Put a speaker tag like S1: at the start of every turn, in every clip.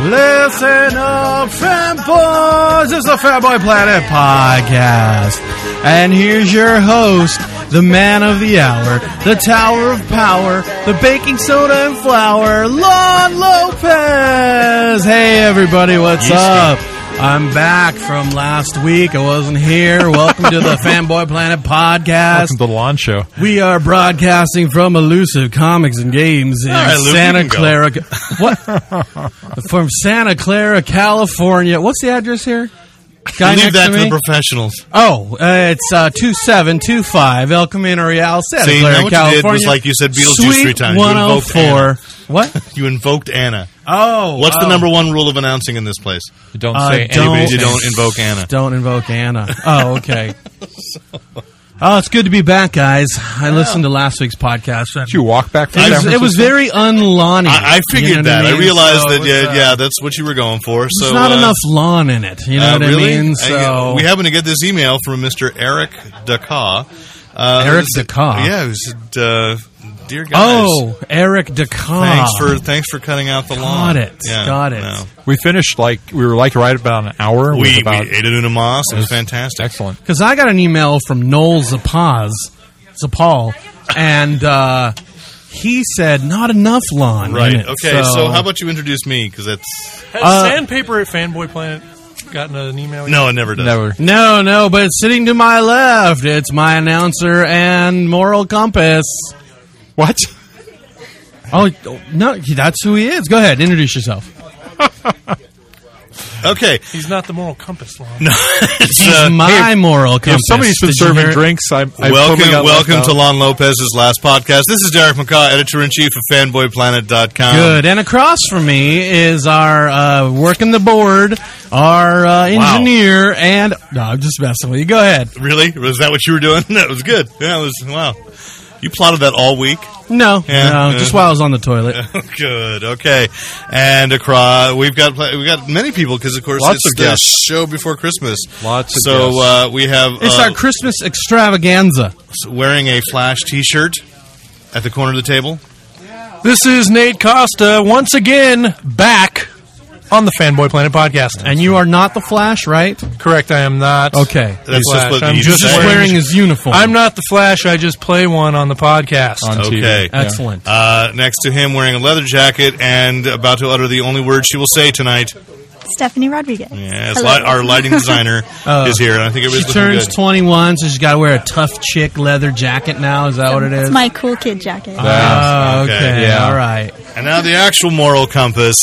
S1: Listen up, fanboys! It's the Fatboy Planet podcast, and here's your host, the man of the hour, the tower of power, the baking soda and flour, Lon Lopez. Hey, everybody, what's up? I'm back from last week. I wasn't here. Welcome to the Fanboy Planet podcast.
S2: Welcome to the lawn show.
S1: We are broadcasting from Elusive Comics and Games in
S2: All right, Luke, you
S1: Santa
S2: can go.
S1: Clara. What? From Santa Clara, California. What's the address here? Guy
S2: Leave
S1: next
S2: that
S1: to
S2: to,
S1: me?
S2: the professionals.
S1: oh, uh, it's uh, 2725 El Camino Real, Santa Clara,
S2: See, now what you did
S1: California.
S2: was like you said Beetlejuice
S1: Sweet
S2: three times. You invoked
S1: 104.
S2: Anna.
S1: What?
S2: You invoked Anna.
S1: Oh.
S2: What's the
S1: oh.
S2: number one rule of announcing in this place?
S3: Don't
S1: Uh,
S3: say
S1: don't-
S3: anybody's
S2: You
S1: Thanks.
S2: don't invoke Anna.
S1: Don't invoke Anna. Oh, okay. Oh, it's good to be back, guys. I listened to last week's podcast.
S3: Did you walk back from
S1: It
S3: San
S1: was,
S3: Francisco?
S1: it was very unlawny.
S2: I, I figured that. I, realized that. Yeah,
S1: There's
S2: yeah, that's what you were going for. So
S1: uh, not
S2: uh,
S1: enough lawn in it. You know
S2: uh,
S1: what
S2: really?
S1: I mean?
S2: I-
S1: So
S2: we happen to get this email from Mr. Eric Dakar. Uh,
S1: Eric
S2: who said-
S1: Dakar?
S2: Yeah, who said, uh, "Dear guys,
S1: oh, Eric Dakar.
S2: thanks for thanks for cutting out the lawn."
S1: Got it.
S2: Yeah,
S1: Got it.
S2: no.
S3: we finished like we were like right about an hour. with
S2: We, we
S3: about,
S2: ate it in a moss. It was fantastic.
S3: excellent.
S1: Because I got an email from Noel Zapaz, Zapal, and uh, he said not enough lawn.
S2: Right.
S1: in it.
S2: Okay. So, how about you introduce me? Because that's
S4: Has sandpaper at Fanboy Planet gotten an email? yet?
S2: no, it never does.
S3: Never.
S1: No, no, but sitting to my left, it's my announcer and moral compass.
S3: What?
S1: Oh no, that's who he is. Go ahead, introduce yourself.
S2: Uh, Okay.
S4: He's not the moral compass law.
S2: It's,
S1: He's
S2: uh,
S1: my moral compass.
S3: If somebody's been
S1: Did you hear
S3: serving
S1: it?
S3: drinks, I'm, I
S2: welcome,
S3: totally got left
S2: welcome
S3: out.
S2: to Lon Lopez's last podcast. This is Derek McCaw, editor in chief of FanboyPlanet.com.
S1: Good. And across from me is our uh, working the board, our uh,
S2: Wow.
S1: engineer, and no, I'm just messing with you. Go ahead.
S2: Really? Was that what you were doing? that was good. Yeah, it was. Wow. You plotted that all week.
S1: No,
S2: Yeah.
S1: no,
S2: Yeah.
S1: just while I was on the toilet.
S2: good. Okay. And across, we've got we got many people because of course
S3: Lots
S2: it's
S3: of
S2: the
S3: guests.
S2: show before Christmas.
S3: Lots of
S2: so
S3: guests.
S2: uh, we have
S1: It's
S2: uh,
S1: our Christmas extravaganza.
S2: wearing a Flash T-shirt at the corner of the table.
S4: This is Nate Costa once again back on the Fanboy Planet podcast.
S1: And you are not the Flash, right?
S4: Correct, I am not.
S1: Okay.
S4: the
S2: That's just
S4: Flash.
S2: what
S4: I'm
S2: you
S4: just
S2: said.
S1: Just
S2: Flash.
S1: wearing
S4: wearing.
S1: his uniform.
S4: I'm not the Flash. I just play one on the podcast.
S3: on TV.
S2: Okay.
S3: Yeah.
S1: Excellent.
S2: Uh, next to him, wearing a leather jacket and about to utter the only word she will say tonight.
S5: Stephanie Rodriguez.
S2: Yes,
S5: Hello.
S2: li- our lighting designer is here, and I think it was
S1: Uh, She
S2: looking
S1: turns
S2: good.
S1: 21, so she's got to wear a tough chick leather jacket now. Is that what it is?
S5: It's my cool kid jacket.
S1: Oh, okay.
S2: Okay.
S3: Yeah.
S1: All right.
S2: and now the actual moral compass.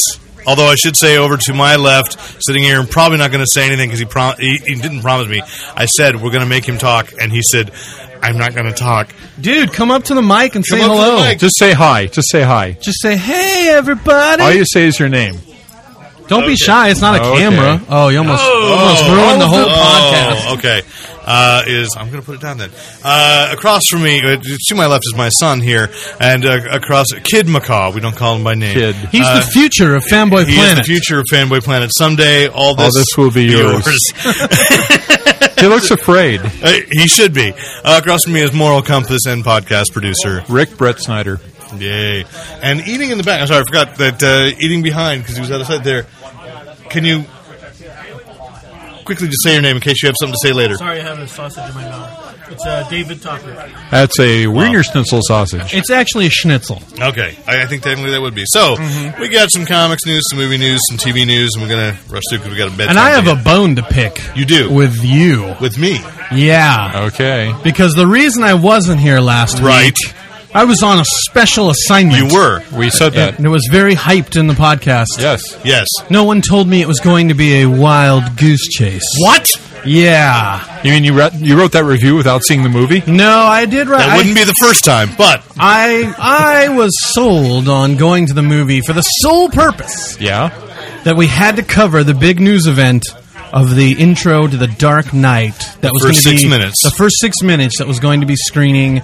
S2: Although I should say, over to my left, sitting here, and probably not going to say anything because he, prom- he he didn't promise me. I said we're going to make him talk, and he said, "I'm not going to talk."
S1: Dude, come up to the mic and say
S2: up to the
S1: hello.
S2: mic.
S3: Just say hi. Just say hi.
S1: Just say, hey, everybody.
S3: All you say is your name.
S1: Don't be shy. It's not a
S3: Okay.
S1: camera. Oh, you almost, almost ruined the whole podcast.
S2: Oh, okay. Uh, is I'm going to put it down then. Uh, across from me, uh, to my left is my son here, and uh, across Kid Macaw. We don't call him by name.
S3: Kid.
S1: He's the future of Fanboy
S2: Uh, He is the
S1: Planet.
S2: future of Fanboy Planet. Someday, all this,
S3: this will be yours. He looks afraid.
S2: Uh, he should be. Uh, across from me is Moral Compass and podcast producer.
S3: Rick Brett Snyder.
S2: Yay. And eating in the back. I'm sorry, I forgot that uh, eating behind because he was out of sight there. Can you quickly just say your name in case you have something to say later?
S6: Sorry, I have a sausage in my mouth. It's uh, David Topper.
S3: That's a Wiener Schnitzel sausage.
S1: It's actually a schnitzel.
S2: Okay. I, I think technically that would be. So,
S1: Mm-hmm.
S2: we got some comics news, some movie news, some TV news, and we're going to rush through because we got a bedtime.
S1: And I have
S2: to
S1: a
S2: get.
S1: bone to pick.
S2: You do.
S1: With you.
S2: With me.
S1: Yeah.
S3: Okay.
S1: Because the reason I wasn't here last
S2: Right.
S1: week, I was on a special assignment.
S2: You were.
S3: We said that.
S1: And it was very hyped in the podcast.
S3: Yes.
S2: Yes.
S1: No one told me it was going to be a wild goose chase.
S2: What?
S1: Yeah.
S3: You mean you re- you wrote that review without seeing the movie?
S1: No, I did right.
S2: That wouldn't be the first time, but
S1: I I was sold on going to the movie for the sole purpose
S3: Yeah.
S1: that we had to cover the big news event of the intro to the Dark Knight that was going
S2: first
S1: to
S2: six
S1: be
S2: minutes.
S1: the first six minutes that was going to be screening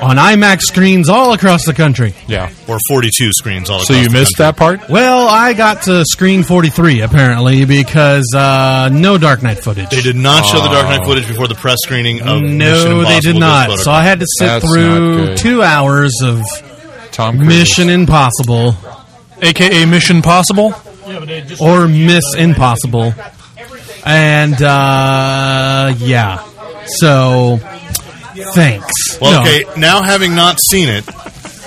S1: on IMAX screens all across the country.
S3: Yeah.
S2: or 42 screens all
S3: So
S2: across
S3: you
S2: the
S3: missed
S2: country.
S3: that part?
S1: Well, I got to screen 43 apparently because uh, no Dark Knight footage.
S2: They did not show the Dark Knight footage before the press screening of Mission
S1: Oh. No,
S2: Impossible
S1: they did
S2: Ghost
S1: not.
S2: Protocol.
S1: So I had to sit
S3: That's not
S1: through
S3: good.
S1: two hours of
S3: Tom Cruise.
S1: Mission Impossible
S4: AKA Mission Possible.
S7: Yeah, but they just
S1: or Miss Impossible, and uh, yeah. So thanks.
S2: Well,
S1: No.
S2: okay. Now having not seen it,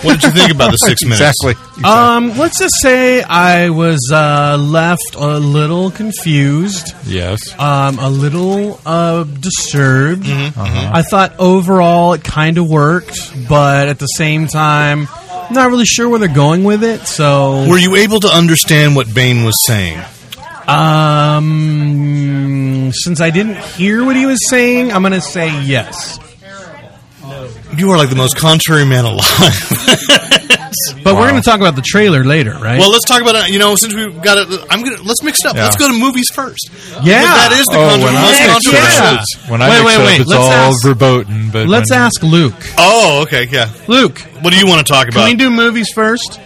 S2: what did you think about the six minutes?
S3: Exactly.
S1: Um, let's just say I was uh, left a little confused.
S3: yes.
S1: um, a little uh, disturbed.
S2: Mm-hmm.
S1: I thought overall it kind of worked, but at the same time, not really sure where they're going with it. So,
S2: Were you able to understand what Bane was saying?
S1: um, since I didn't hear what he was saying, I'm going to say yes.
S2: You are like the most contrary man alive.
S1: But we're going to talk about the trailer later, right?
S2: well, let's talk about it. You know, since we've got it, I'm gonna let's mix it up.
S3: Yeah.
S2: Let's go to movies first.
S1: Yeah.
S2: But that is the
S3: Oh,
S2: contra-
S3: when
S2: most
S3: I mix it
S2: controversial.
S1: yeah.
S3: up, it's, when I
S1: Wait,
S3: mix
S1: wait,
S3: it up,
S1: wait.
S3: it's
S1: Let's
S3: all
S1: ask-
S3: verboten. But
S1: let's
S3: when-
S1: ask Luke.
S2: Oh, okay, yeah.
S1: Luke,
S2: What do you want to talk
S1: can
S2: about?
S1: we do movies first?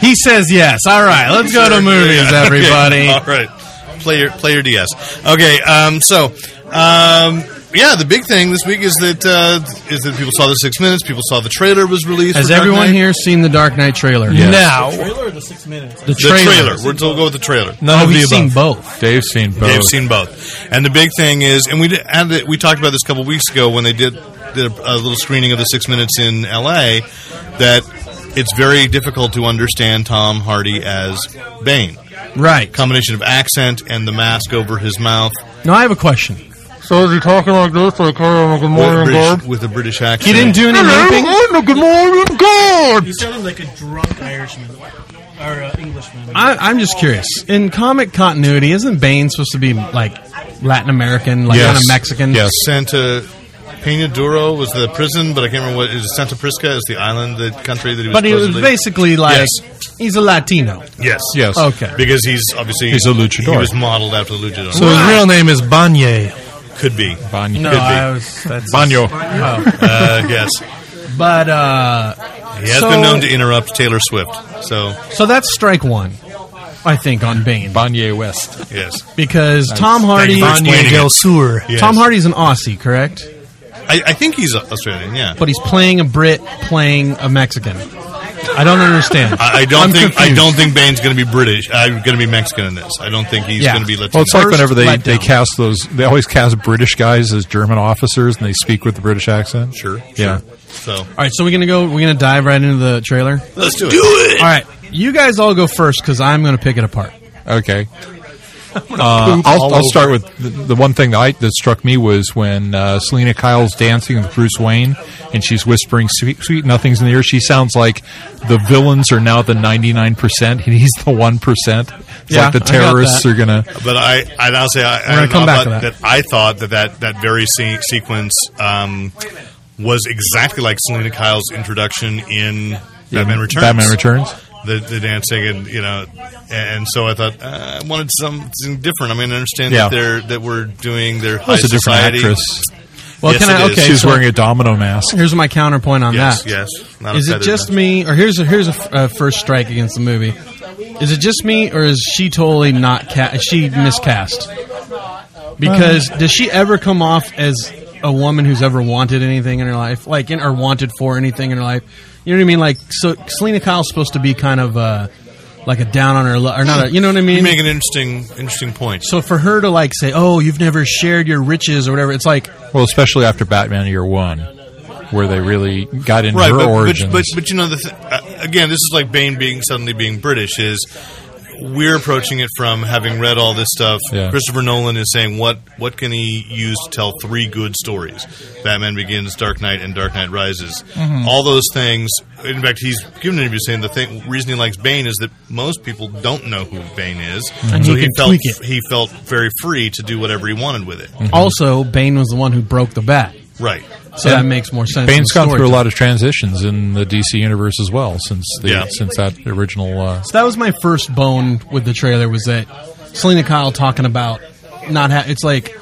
S1: He says yes. All right, let's go to movies,
S2: Yeah, okay.
S1: everybody.
S2: All right, play your play your DS. Okay, um, so um, yeah, the big thing this week is that uh, is that people saw the six minutes. People saw the trailer was released.
S1: Has
S2: for Dark
S1: everyone
S2: Knight.
S1: here seen the Dark Knight trailer?
S3: Yes.
S4: Now,
S7: trailer or the six minutes.
S1: The
S2: The
S1: trailer.
S2: trailer. We're we'll go with the trailer.
S4: none
S1: Oh,
S4: of the
S1: we've
S4: above.
S1: seen both.
S3: Dave's seen both.
S2: They've seen both, and the big thing is, and we did, had it, we talked about this a couple weeks ago when they did did a, a little screening of the six minutes in L.A. That it's very difficult to understand Tom Hardy as Bane.
S1: Right.
S2: Combination of accent and the mask over his mouth
S1: Now I have a question. He
S8: So is he talking like this, like, oh, good
S2: with a
S8: morning,
S2: British,
S8: God?
S2: with a British accent.
S1: didn't do any looping.
S8: Oh, no, good morning, God!
S7: He sounded like a drunk Irishman or uh, Englishman.
S1: I, I'm just curious. In comic continuity, isn't Bane supposed to be like Latin American, like
S3: Yes.
S1: kind of Mexican?
S3: Yes.
S2: Santa Peña Duro was the prison, but I can't remember what is it Santa Prisca is the island, the country that he was.
S1: But he was
S2: supposedly-
S1: basically like he's a Latino.
S2: yes,
S3: Yes.
S1: Okay.
S2: because he's obviously
S3: He's a luchador.
S2: He was modeled after the luchador.
S4: So his real name is Banye.
S2: could be.
S3: Banya.
S1: No,
S2: Could be.
S1: I was that's
S3: Banyo.
S2: Uh, yes,
S1: but uh
S2: he has
S1: So-
S2: been known to interrupt Taylor Swift. So
S1: so that's strike one, I think, on Bane.
S3: Banya West.
S2: yes,
S1: Because Tom Hardy
S2: you for explaining it.
S1: Del Sur.
S2: Yes.
S1: Tom Hardy's an Aussie, correct?
S2: I, I think he's Australian. Yeah,
S1: But he's playing a Brit playing a Mexican. I don't understand.
S2: I, I don't
S1: I'm
S2: think I
S1: confused.
S2: don't think Bane's going to be British. I'm going to be Mexican in this. I don't think he's
S1: Yeah.
S2: going to be Latino.
S3: Well, it's like
S1: First
S3: whenever they,
S1: letdown.
S3: they cast those, they always cast British guys as German officers and they speak with the British accent.
S2: sure,
S3: Yeah.
S2: sure. So
S1: All right, so we're gonna go. We're gonna dive right into the trailer.
S2: let's do it. Do it.
S1: All right, you guys all go first because I'm gonna pick it apart.
S3: Okay. Uh, I'll, I'll start with the, the one thing that, I, that struck me was when uh, Selena Kyle's dancing with Bruce Wayne and she's whispering sweet, sweet nothings in the ear. She sounds like the villains are now the 99% and he's the 1%. It's
S1: Yeah,
S3: like
S1: I
S3: the
S1: got
S3: terrorists
S1: that.
S3: are going to.
S2: But I, and I'll say, I, I
S1: gonna
S2: don't
S1: come
S2: know
S1: back
S2: about
S1: to that.
S2: I thought that that, that very se- sequence um, was exactly like Selena Kyle's introduction in Batman Returns.
S3: Batman Returns.
S2: The, the dancing and you know, and so I thought uh, I wanted something different. I mean, I understand
S3: Yeah.
S2: that they're that we're doing their high
S3: That's a different
S2: society.
S3: actress.
S1: Well,
S2: Yes,
S1: can
S2: it
S1: I?
S2: is.
S1: Okay,
S3: She's
S1: so
S3: wearing a domino mask.
S1: here's my counterpoint on
S2: Yes,
S1: that.
S2: yes. Not
S1: Is
S2: a
S1: it
S2: feather
S1: just
S2: duster.
S1: me, or here's a, here's a f- a first strike against the movie? Is it just me, or is she totally not ca- is she miscast? Because does she ever come off as a woman who's ever wanted anything in her life, like in, or wanted for anything in her life? You know what I mean? Like, so Selena Kyle's supposed to be kind of uh, like a down on her luck, or not? A, you know what I
S2: You
S1: mean?
S2: make an interesting interesting point.
S1: So for her to like say, "Oh, you've never shared your riches" or whatever, it's like
S3: Well, especially after Batman Year One, where they really got into
S2: right,
S3: her
S2: but,
S3: origins.
S2: But, but but you know the th- uh, again, this is like Bane being suddenly being British is. We're approaching it from having read all this stuff.
S3: Yeah.
S2: Christopher Nolan is saying what what can he use to tell three good stories? Batman Begins, Dark Knight, and Dark Knight Rises.
S1: Mm-hmm.
S2: All those things. In fact, he's given an interview saying the thing reason he likes Bane is that most people don't know who Bane is,
S1: And
S2: so
S1: he can
S2: felt
S1: tweak it. Mm-hmm.
S2: he felt very free to do whatever he wanted with it.
S1: also Bane was the one who broke the bat,
S2: Right.
S1: so that
S3: And
S1: makes more sense.
S3: Bane's
S1: in the
S3: gone through a
S1: story.
S3: lot of transitions in the DC universe as well since the
S2: Yeah.
S3: since that original. Uh,
S1: So that was my first bone with the trailer was that Selena Kyle talking about not. Ha- it's like,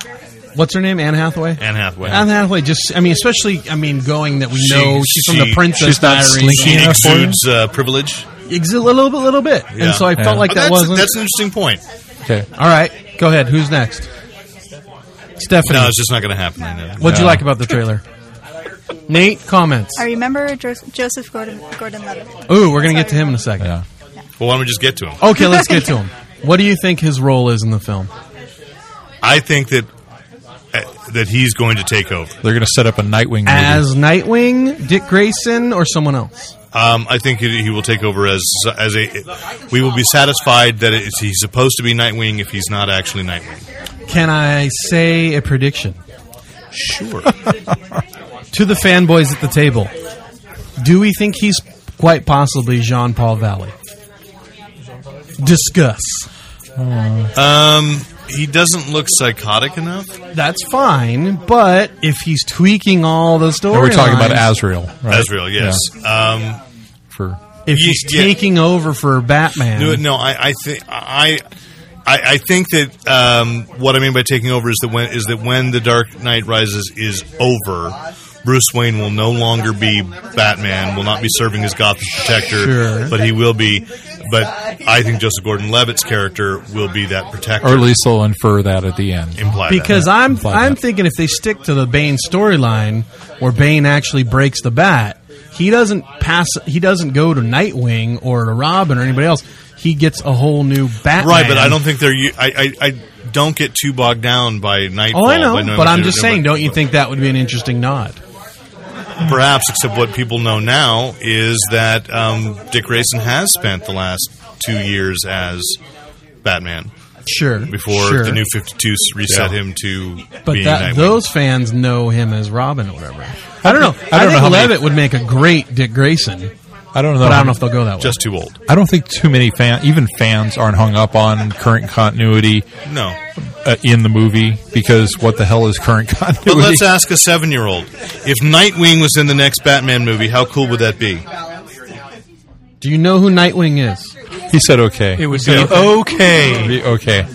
S1: what's her name? Anne Hathaway.
S2: Anne Hathaway.
S1: Anne Hathaway. Just, I mean, especially, I mean, going that we
S2: She-
S1: know she's from
S2: she-
S1: the Princess
S3: she's not
S1: Diaries.
S3: slinky
S2: She
S3: enough for you?
S2: exudes uh, privilege.
S1: Ex- a little bit, little bit,
S2: Yeah.
S1: and so I
S3: Yeah.
S1: felt like
S2: But
S1: that
S2: that's,
S1: wasn't.
S2: that's an interesting point.
S3: Okay.
S1: All right, go ahead. Who's next? Stephanie.
S2: No, it's just not going to happen. I know.
S1: What'd you
S3: Yeah.
S1: like about the trailer? Nate, comments.
S5: I remember jo- Joseph Gordon, Gordon-Levitt.
S1: Ooh, we're gonna get to him in a second.
S3: Yeah.
S2: Well, why don't we just get to him?
S1: Okay, let's get to him. What do you think his role is in the film?
S2: I think that uh, that he's going to take over.
S3: They're going to set up a Nightwing movie.
S1: As Nightwing, Dick Grayson, or someone else?
S2: Um, I think he he will take over as as a. We will be satisfied that it's, he's supposed to be Nightwing if he's not actually Nightwing.
S1: Can I say a prediction
S2: Sure.
S1: to the fanboys at the table? Do we think he's quite possibly Jean Paul Valley? Discuss.
S2: um, he doesn't look psychotic enough.
S1: That's fine, but if he's tweaking all the
S3: Or
S1: stories,
S3: we're talking about Azrael, right?
S2: Azrael, yes. Um,
S3: For
S1: if he's
S2: Yeah.
S1: taking over for Batman,
S2: No, no, I, I think I. I, I think that um, what I mean by taking over is that when is that when the Dark Knight Rises is over, Bruce Wayne will no longer be Batman, will not be serving as Gotham's protector,
S1: Sure.
S2: but he will be. But I think Joseph Gordon-Levitt's character will be that protector.
S3: or at least they'll infer that at the end.
S2: imply that.
S1: because I'm
S3: Imply
S1: I'm
S3: that.
S1: thinking if they stick to the Bane storyline where Bane actually breaks the bat, he doesn't pass. He doesn't go to Nightwing or to Robin or anybody else. He gets a whole new Batman.
S2: right, but I don't think they're. u- I, I, I don't get too bogged down by Nightfall.
S1: Oh, I know,
S2: by knowing
S1: but
S2: what
S1: I'm
S2: they're
S1: just
S2: doing.
S1: saying. Don't you think that would be an interesting nod?
S2: Perhaps, except what people know now is that um, Dick Grayson has spent the last two years as Batman
S1: Sure.
S2: before
S1: sure.
S2: the new 52 reset
S3: Yeah.
S2: him to
S1: But
S2: being
S1: that,
S2: Nightwing.
S1: those fans know him as Robin or whatever. I don't know. I,
S3: don't know
S1: think
S3: how many-
S1: Levitt would make a great Dick Grayson,
S3: I don't know.
S1: but I don't know
S3: how many-
S1: if they'll go that way.
S2: just too old.
S3: I don't think too many fan, even fans, aren't hung up on current continuity
S2: No.
S3: uh, in the movie because what the hell is current continuity?
S2: But let's ask a seven year old if Nightwing was in the next Batman movie, how cool would that be?
S1: Do you know who Nightwing is?
S3: he said okay.
S4: It would be
S2: Yeah.
S4: okay.
S3: Be okay.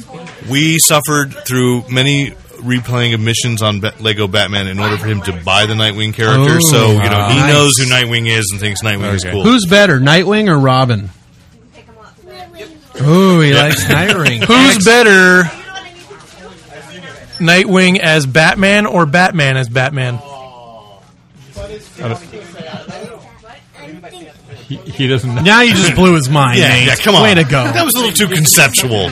S2: We suffered through many replaying of missions on Ba- Lego Batman in order for him to buy the Nightwing character.
S1: Oh,
S2: so you know he
S1: nice.
S2: knows who Nightwing is and thinks Nightwing is
S3: Okay.
S2: cool.
S1: Who's better, Nightwing or Robin? Ooh, he likes Nightwing.
S4: Who's better, Nightwing as Batman or Batman as Batman?
S3: He, he doesn't. know.
S1: Now you just blew his mind.
S2: yeah,
S1: Nate.
S2: yeah, come on.
S1: Way to go.
S2: That was a little too conceptual.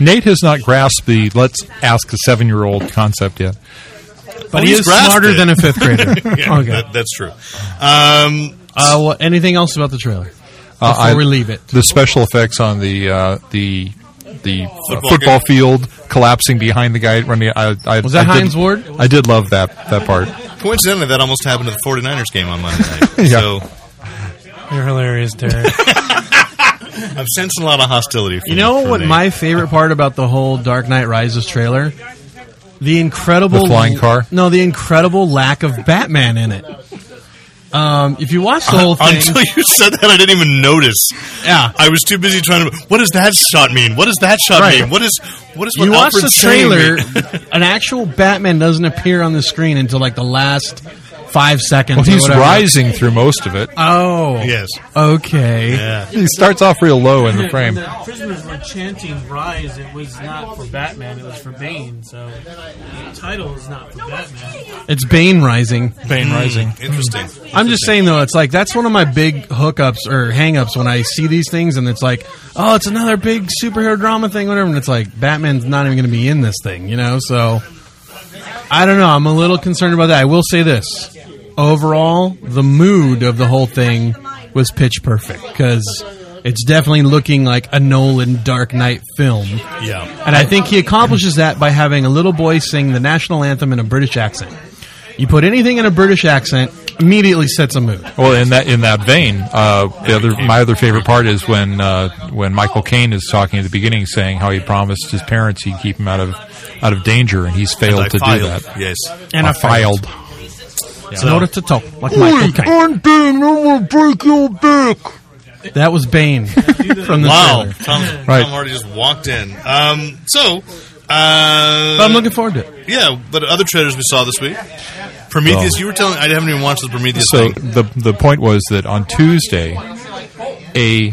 S3: Nate has not grasped the let's ask a seven year old concept yet.
S1: but
S2: Oh,
S1: he
S2: he's
S1: is
S2: grasped
S1: smarter
S2: it.
S1: than a fifth grader.
S2: Yeah,
S1: okay.
S2: that, that's true. Um,
S1: Uh, well, anything else about the trailer?
S3: Uh,
S1: Before we leave it.
S3: the special effects on the uh, the the uh,
S2: Football
S3: football,
S2: game.
S3: field collapsing behind the guy running. I, I,
S1: Was that
S3: I did-
S1: Heinz Ward?
S3: I did love that that part.
S2: coincidentally, that almost happened at the 49ers game on Monday night.
S3: Yeah.
S2: So
S4: You're hilarious, Derek.
S2: I'm sensing a lot of hostility. From,
S1: You know
S2: from
S1: what
S2: Nate.
S1: my favorite part about the whole Dark Knight Rises trailer? The incredible
S3: The flying car?
S1: No, the incredible lack of Batman in it. Um, if you watch
S3: Uh,
S1: the whole thing,
S2: Until you said that, I didn't even notice.
S1: yeah,
S2: I was too busy trying to. What does that shot mean? What does that shot
S1: Right.
S2: mean? What is what is what
S1: you watch
S2: Alfred's
S1: the
S2: saying
S1: trailer,
S2: mean?
S1: an actual Batman doesn't appear on the screen until like the last five seconds.
S3: Well,
S1: or
S3: he's
S1: whatever.
S3: rising through most of it.
S1: Oh,
S2: yes.
S1: okay.
S2: Yeah.
S3: He starts off real low in the frame.
S9: The prisoners were chanting "Rise." It was not for Batman. It was for Bane. So the title is not for Batman.
S1: It's Bane rising.
S3: Bane rising.
S2: Interesting.
S1: I'm just saying though, it's like that's one of my big hookups or hangups when I see these things, and it's like, oh, it's another big superhero drama thing, whatever. And it's like Batman's not even going to be in this thing, you know. So I don't know. I'm a little concerned about that. I will say this: overall, the mood of the whole thing was pitch perfect because it's definitely looking like a Nolan Dark Knight film,
S2: Yeah.
S1: and I think he accomplishes that by having a little boy sing the national anthem in a British accent. You put anything in a British accent, immediately sets a mood.
S3: Well, in that in that vein, uh, the other my other favorite part is when uh, when Michael Caine is talking at the beginning, saying how he promised his parents he'd keep him out of out of danger, and he's failed
S2: I
S3: to
S2: filed.
S3: do that.
S2: Yes.
S1: And
S3: I
S1: I failed.
S3: filed.
S1: In order to talk like Michael Caine.
S10: One thing, I'm gonna break your back.
S1: That was Bane from the
S2: Wow,
S1: trailer.
S2: Tom,
S3: Right.
S2: Tom already just walked in. Um, so, uh,
S1: But I'm looking forward to it.
S2: yeah, but other trailers we saw this week. Prometheus, you were telling I haven't even watched the Prometheus
S3: Oh. So
S2: thing.
S3: the the point was that on Tuesday, a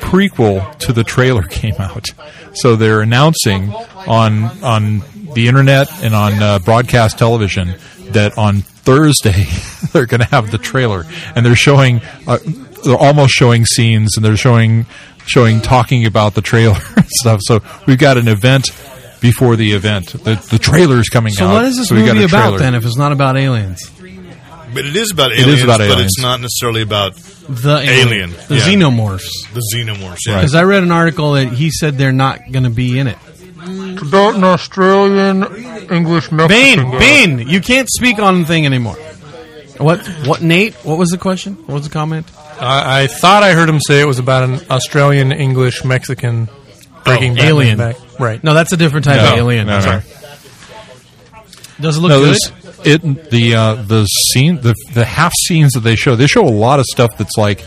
S3: prequel to the trailer came out. So they're announcing on on the internet and on uh, broadcast television that on Thursday they're going to have the trailer, and they're showing uh, they're almost showing scenes, and they're showing showing talking about the trailer and stuff. So we've got an event. Before the event, the, the trailer's coming
S1: So
S3: out.
S1: what is this
S3: so we got
S1: movie
S3: a
S1: about
S3: trailer.
S1: then? If it's not about aliens,
S2: But it is about
S3: is
S2: aliens,
S3: about
S2: but
S3: aliens.
S2: it's not necessarily about
S1: the
S2: Alien,
S1: the
S2: yeah.
S1: xenomorphs.
S2: the xenomorphs. Yeah.
S1: Because I read an article that he said they're not going to be in it.
S10: Not an Australian, English, Mexican
S1: Bane,
S10: guy.
S1: Bane, you can't speak on the thing anymore. What? What? Nate? What was the question? What was the comment?
S4: I, I thought I heard him say it was about an Australian English Mexican breaking Batman
S1: alien.
S4: back. Right.
S1: No, that's a different type of alien.
S3: No, no.
S1: Sorry. Does it look
S3: no,
S1: good?
S3: there's it the uh, the scene the the half scenes that they show. They show a lot of stuff that's like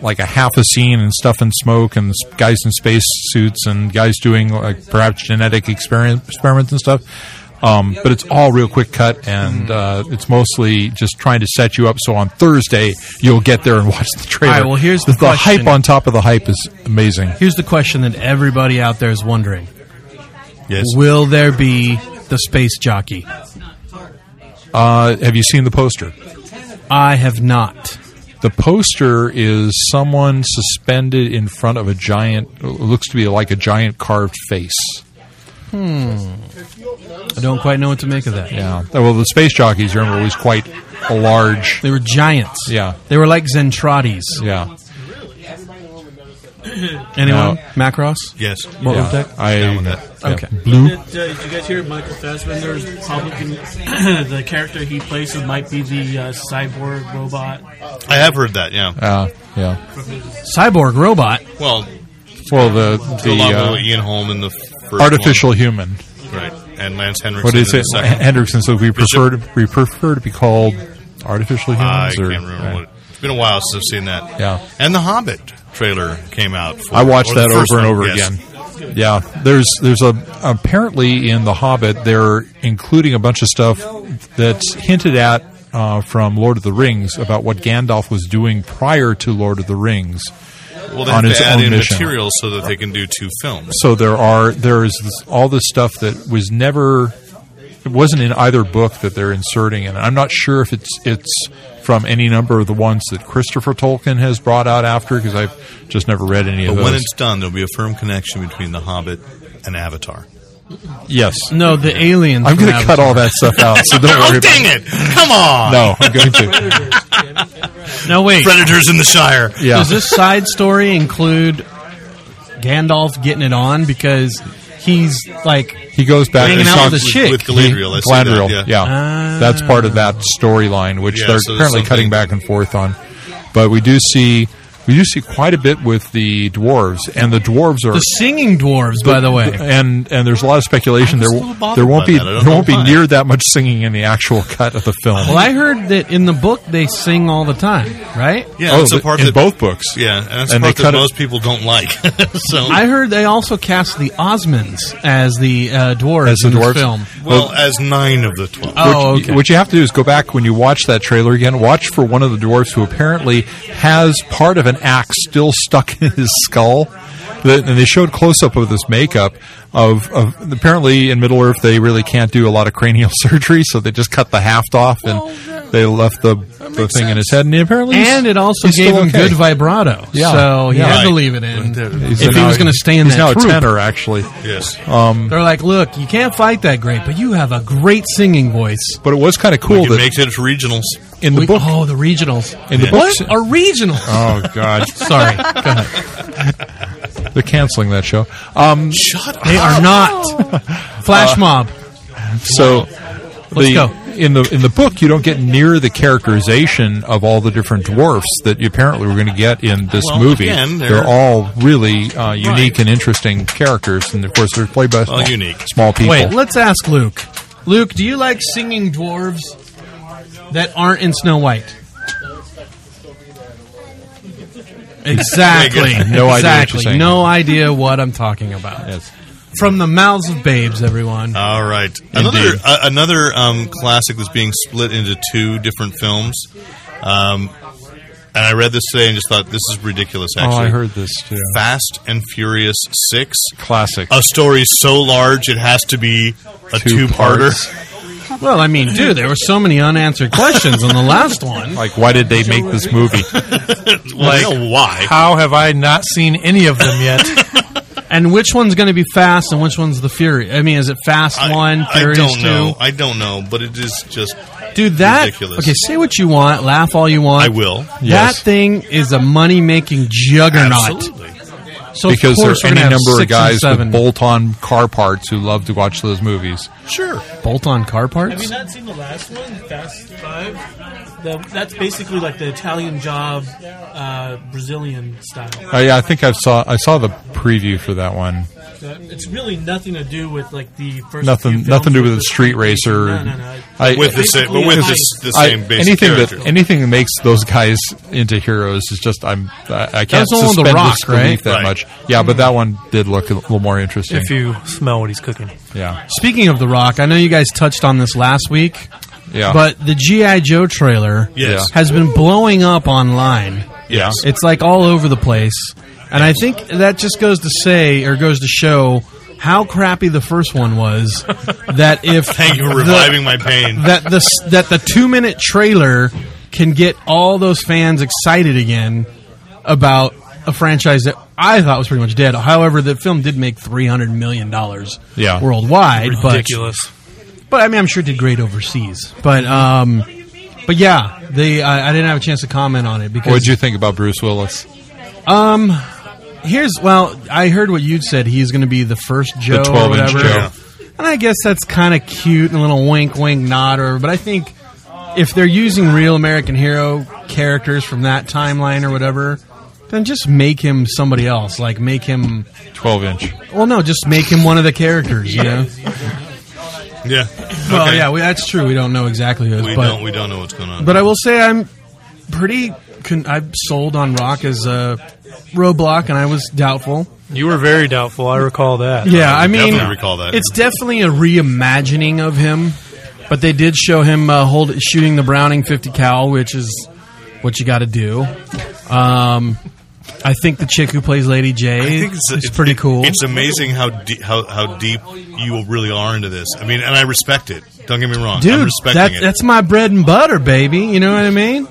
S3: like a half a scene and stuff in smoke and s- guys in space suits and guys doing like perhaps genetic experiment, experiments and stuff. Um, but it's all real quick cut,
S1: Hmm.
S3: and uh, it's mostly just trying to set you up so on Thursday you'll get there and watch the trailer.
S1: All right, well, here's the
S3: the
S1: question.
S3: hype on top of the hype is amazing.
S1: Here's the question that everybody out there is wondering:
S2: Yes.
S1: Will there be the space jockey?
S3: Uh, have you seen the poster?
S1: I have not.
S3: The poster is someone suspended in front of a giant, looks to be like a giant carved face.
S1: I don't quite know what to make of that.
S3: Yeah. Well, the space jockeys, remember, was quite a large.
S1: They were giants.
S3: Yeah.
S1: They were like Zentratis.
S3: Yeah.
S1: Anyone?
S3: No.
S1: Macross?
S2: Yes.
S1: What
S3: yeah.
S1: was that?
S3: I,
S1: Okay.
S3: yeah. Blue.
S9: Did, uh, did you guys hear Michael Fassbender's Republican? the character he plays might be the uh, cyborg robot.
S2: I have heard that. Yeah.
S3: Uh, yeah.
S1: Cyborg robot.
S2: Well,
S3: Well, the
S2: the, along
S3: the
S2: with Ian Holm in the
S3: uh,
S2: first
S3: artificial human.
S2: one. right, and Lance Henriksen.
S3: What is
S2: in
S3: it?
S2: The second.
S3: Hendrickson. So we prefer to, we prefer to be called artificial
S2: I
S3: humans.
S2: can't
S3: or,
S2: remember
S3: right.
S2: what. It, it's been a while since I've seen that.
S3: Yeah.
S2: And the Hobbit trailer came out. For,
S3: I watched
S2: or the
S3: that
S2: first
S3: over and
S2: one,
S3: over
S2: yes.
S3: again. Yeah, there's there's a apparently in the Hobbit they're including a bunch of stuff that's hinted at uh, from Lord of the Rings about what Gandalf was doing prior to Lord of the Rings.
S2: Well, they
S3: on
S2: have
S3: its
S2: to add
S3: own
S2: in
S3: mission.
S2: material so that they can do two films.
S3: So there are there is this, all this stuff that was never it wasn't in either book that they're inserting in. I'm not sure if it's it's from any number of the ones that Christopher Tolkien has brought out after because I've just never read any of
S2: But
S3: those.
S2: when it's done, there'll be a firm connection between The Hobbit and Avatar.
S3: yes.
S1: No, the aliens.
S3: I'm
S1: from
S3: going to cut
S1: Avatar.
S3: all that stuff out, so don't worry
S2: oh,
S3: about
S2: dang
S3: it.
S2: it! Come
S3: No,
S2: on!
S3: I'm going to.
S1: No, wait.
S2: Predators in the Shire.
S3: Yeah.
S1: Does this side story include Gandalf getting it on because he's like
S3: He goes back
S1: Hanging
S3: and
S1: out
S3: talks
S1: with the
S2: with,
S1: chick.
S2: with Galadriel. I see that,
S3: Gladriel.
S2: yeah.
S3: yeah.
S1: Ah.
S3: That's part of that storyline, which
S2: Yeah,
S3: they're
S2: so there's
S3: apparently cutting
S2: something-
S3: back and forth on. But we do see we do see quite a bit with the dwarves, and the dwarves are
S1: the singing dwarves, by the way.
S3: and and there's a lot of speculation there
S2: was a
S3: w-
S2: little bothered
S3: there won't
S2: by
S3: be
S2: that. I don't
S3: there won't
S2: know
S3: be
S2: why.
S3: near that much singing in the actual cut of the film.
S1: Well, I heard that in the book they sing all the time, right?
S2: Yeah,
S3: oh,
S2: that's a
S3: the-
S2: part
S3: in
S2: that,
S3: both books.
S2: Yeah, and that's a
S3: And they
S2: part that
S3: cut it-
S2: most people don't like. so,
S1: I heard they also cast the Osmonds as the uh, dwarves
S3: As the
S1: in this
S3: dwarves?
S1: film.
S2: well, as nine of the twelve.
S1: Oh,
S3: What you-
S1: okay.
S3: What you have to do is go back when you watch that trailer again. Watch for one of the dwarfs who apparently has part of an axe still stuck in his skull. The- And they showed close up of this makeup of, of apparently in Middle Earth they really can't do a lot of cranial surgery, so they just cut the haft off and they left the, the thing in his head. And apparently, he's-
S1: and it also
S3: he's
S1: gave
S3: still
S1: him
S3: okay.
S1: good vibrato.
S3: Yeah.
S1: So he
S3: Yeah.
S1: had to
S2: Right.
S1: leave it in.
S3: He's
S1: if he
S3: now-
S1: was going to stay in
S3: he's
S1: that
S3: now
S1: troupe.
S3: a tenor actually.
S2: yes.
S3: Oh,
S1: They're like, look, you can't fight that great, but you have a great singing voice.
S3: But it was kind of cool
S2: we can
S3: that
S2: make it for regionals.
S3: in the
S1: We-
S3: book.
S1: oh, the regionals.
S3: In the
S2: Yeah.
S3: books,
S1: What? A regional.
S3: oh god,
S1: Sorry. Go ahead.
S3: they're canceling that show. Um,
S2: Shut
S1: They are not.
S3: Oh.
S5: Oh.
S1: Flash
S3: Uh,
S1: mob.
S3: So the,
S1: go.
S3: In the in the book, you don't get near the characterization of all the different dwarfs that you apparently were going to get in this
S2: Well,
S3: movie.
S2: again,
S3: they're,
S2: they're-
S3: all really uh, unique and interesting characters, and of course, they're played by small,
S2: unique.
S3: small people.
S1: Wait, let's ask Luke. Luke, do you like singing dwarves that aren't in Snow White? Exactly.
S3: There you go. No idea what
S1: exactly.
S3: you're saying.
S1: No idea what I'm talking about.
S3: Yes.
S1: From the mouths of babes, everyone.
S2: All right.
S3: Indeed.
S2: Another uh, another um, classic that's being split into two different films. Um, and I read this today and just thought this is ridiculous. Actually,
S3: Oh, I heard this too.
S2: Fast and Furious Six,
S3: Classic.
S2: a story so large it has to be a
S3: Two
S2: two-parter.
S3: parts.
S1: Well, I mean, dude, there were so many unanswered questions on the last one.
S3: Like, why did they make this movie?
S2: well, I don't know why?
S4: How have I not seen any of them yet?
S1: And which one's going to be fast and which one's the fury? I mean, is it fast
S2: I,
S1: one,
S2: I
S1: furious
S2: don't know.
S1: two?
S2: I don't know, but it is just
S1: Dude, that
S2: Ridiculous.
S1: okay. Say what you want, laugh all you want.
S2: I will.
S3: Yes.
S1: That thing is a money making juggernaut.
S2: Absolutely.
S1: So of
S3: because there
S1: course
S3: are
S1: we're
S3: any
S1: gonna have
S3: number of
S1: six and
S3: guys
S1: seven
S3: with bolt-on car parts who love to watch those movies.
S2: Sure.
S1: bolt-on car
S9: Have
S1: parts.
S9: you not seen the last one, Fast Five? The, that's basically like the Italian job, uh, Brazilian style.
S3: Uh, I, I think I saw I saw the preview for that one.
S9: So it's really nothing to do with like the first. few
S3: Nothing
S9: films
S3: nothing to do
S9: with
S3: with the street racer.
S9: No, no, no.
S3: I-
S2: With the same, but with the, s- the
S3: I-
S2: same basic
S3: anything
S2: character.
S3: that anything that makes those guys into heroes is just I'm I, I can't
S1: the one with the
S3: suspend
S1: rock,
S3: disbelief
S1: right?
S3: that
S2: Right.
S3: much. Yeah, but that one did look a little more interesting.
S4: if you smell what he's cooking.
S3: yeah,
S1: Speaking of The Rock, I know you guys touched on this last week,
S3: Uh-huh. yeah,
S1: but the GI Joe trailer
S2: Yes.
S1: has been blowing up online.
S3: yeah.
S1: It's like all over the place, and I think that just goes to say or goes to show how crappy the first one was. that if
S2: Thank you for
S1: the-
S2: reviving my pain.
S1: that the s- that the two minute trailer can get all those fans excited again about a franchise that I thought was pretty much dead. However, the film did make three hundred million dollars
S3: Yeah.
S1: worldwide.
S4: Ridiculous.
S1: But, but I mean, I'm sure it did great overseas. But um, but yeah, they I, I didn't have a chance to comment on it because
S3: What'd you think about Bruce Willis?
S1: here's well, I heard what you said. He's going to be the first Joe,
S3: The
S1: or
S3: 12 inch
S1: whatever.
S3: Joe.
S1: And I guess that's kind of cute and a little wink, wink, nod. Or, but I think if they're using real American hero characters from that timeline or whatever, then just make him somebody else. Like make him.
S3: Twelve inch.
S1: Well, no, just make him one of the characters. You know.
S2: yeah.
S1: Well,
S2: Okay.
S1: yeah, we, that's true. We don't know exactly who. it is,
S2: We
S1: but,
S2: don't. We don't know what's going on.
S1: But I will say I'm pretty. Con- I'm sold on Rock as a Roblox, and I was doubtful.
S4: You were very doubtful. I recall that.
S1: Yeah,
S2: I
S1: I mean,
S2: definitely recall that.
S1: It's definitely a reimagining of him, but they did show him uh, hold shooting the Browning 50 cal, which is what you got to do. Um, I think the chick who plays Lady
S2: I
S1: J
S2: think
S1: is pretty cool.
S2: It's amazing how de- how how deep you really are into this. I mean, and I respect it. Don't get me wrong. I'm
S1: Dude,
S2: respecting
S1: that,
S2: it.
S1: that's my bread and butter, baby. You know what I mean?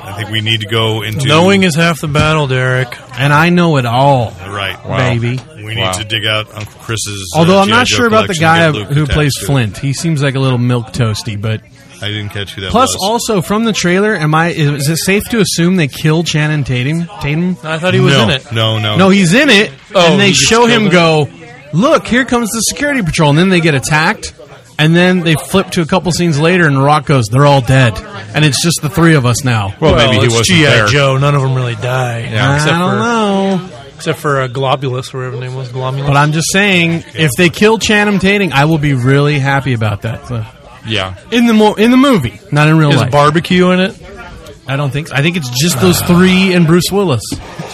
S2: I think we need to go into
S4: Knowing is half the battle, Derek.
S1: And I know it all,
S2: right.
S1: baby.
S2: We need
S3: Wow.
S2: to dig out Uncle Chris's. uh,
S1: Although I'm
S2: G.I.
S1: not
S2: Joe
S1: sure about the
S2: collection
S1: guy
S2: and get Luke
S1: who
S2: attached
S1: plays
S2: to it.
S1: Flint. He seems like a little milk toasty, but
S2: I didn't catch who that
S1: plus
S2: was.
S1: also from the trailer, am I is, is it safe to assume they killed Shannon Tatum? Tatum?
S4: I thought he was
S2: no,
S4: in it.
S2: No, no,
S1: No, he's in it,
S4: Oh,
S1: and they
S4: he gets
S1: show him
S4: killed.
S1: go. Look, here comes the security patrol, and then they get attacked, and then they flip to a couple scenes later, and Rock goes, "They're all dead," and it's just the three of us now.
S3: Well, maybe he
S4: it's
S3: wasn't
S4: G.I.
S3: there.
S4: Joe. None of them really die.
S3: Yeah.
S1: I
S4: Except
S1: don't
S4: for,
S1: know,
S4: Except for uh, Globulus, whatever his name was. Globulus.
S1: but I'm just saying, if they kill Channing Tatum, I will be really happy about that. So,
S3: Yeah,
S1: in the mo- in the movie, not in real
S4: is
S1: life.
S4: barbecue in it?
S1: I don't think. So. I think it's just those three and Bruce Willis.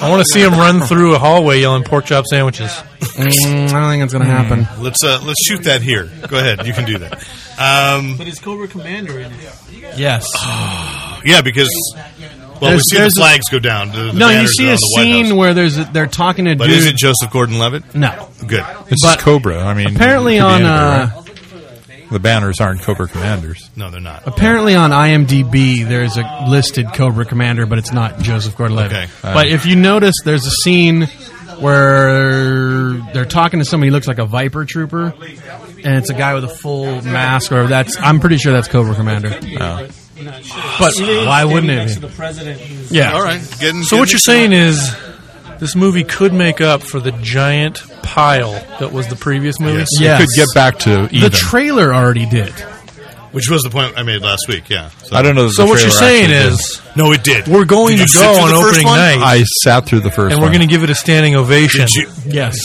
S4: I want to see him run through a hallway yelling pork chop sandwiches.
S1: Mm, I don't think it's going to happen.
S2: Let's uh, let's shoot that here. Go ahead. You can do that. Um,
S9: But is Cobra Commander in it?
S1: Yes.
S2: Oh, yeah, because well,
S1: There's-
S2: we see the
S1: there's a-
S2: flags go down. The, the
S1: No, you
S2: banners
S1: see
S2: are on
S1: a
S2: the White House.
S1: scene where there's a, they're talking to
S2: But
S1: dude.
S2: is it Joseph Gordon-Levitt?
S1: no.
S2: Good.
S3: this
S1: But
S3: is Cobra. I mean,
S1: Apparently
S3: it could be
S1: on
S3: anybody,
S1: uh,
S3: right? the banners aren't Cobra Commanders.
S2: No, they're not.
S1: apparently on IMDb there's a listed Cobra Commander, but it's not Joseph Gordon-Levitt.
S2: Okay.
S1: but if you notice, there's a scene where they're talking to somebody who looks like a Viper Trooper, and it's a guy with a full mask. Or that's I'm pretty sure that's Cobra Commander.
S2: Oh.
S9: I'm not sure.
S1: But
S9: He is
S1: why
S9: standing
S1: wouldn't
S9: next
S1: it?
S9: to
S1: Be?
S9: the president? who's-
S1: Yeah.
S2: All right. Getting,
S4: So what you're saying is this movie could make up for the giant pile that was the previous movie.
S2: Yes.
S1: Yes.
S3: It could get back to even.
S1: The trailer already did.
S2: which was the point I made last week. Yeah. So-
S3: I don't know. that
S4: So
S3: the
S4: what you're
S3: trailer
S4: saying
S3: actually did.
S4: is
S2: No, it did.
S4: we're going
S2: Did
S4: to
S2: you sit
S4: go
S2: through
S4: on
S2: the first
S4: opening
S2: one?
S4: night
S3: I sat through the first,
S4: and we're
S3: one.
S4: going to give it a standing ovation.
S2: Did you,
S1: Yes.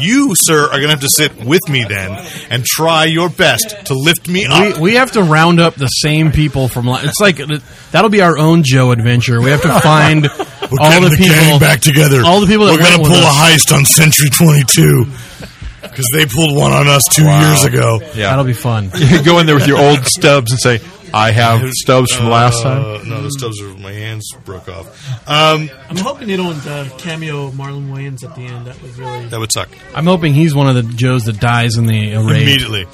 S2: you, sir, are going to have to sit with me then and try your best to lift me
S1: We,
S2: up.
S1: we have to round up the same people from. li- It's like that'll be our own Joe adventure. We have to find
S2: We're
S11: all
S2: getting
S11: the,
S2: the,
S11: people
S2: gang back together.
S11: All the people that
S2: We're gonna
S11: went with
S2: pull
S11: us.
S2: a heist on Century 22 because they pulled one on us two years ago.
S3: Yeah.
S1: That'll be fun.
S3: You go in there with your old stubs and say, "I have stubs from last time."
S2: Uh, No, the stubs are my hands broke off. Um,
S9: I'm hoping they don't uh, cameo Marlon Wayans at the end. That would really.
S2: that would suck
S1: I'm hoping he's one of the Joes that dies in the array.
S2: immediately.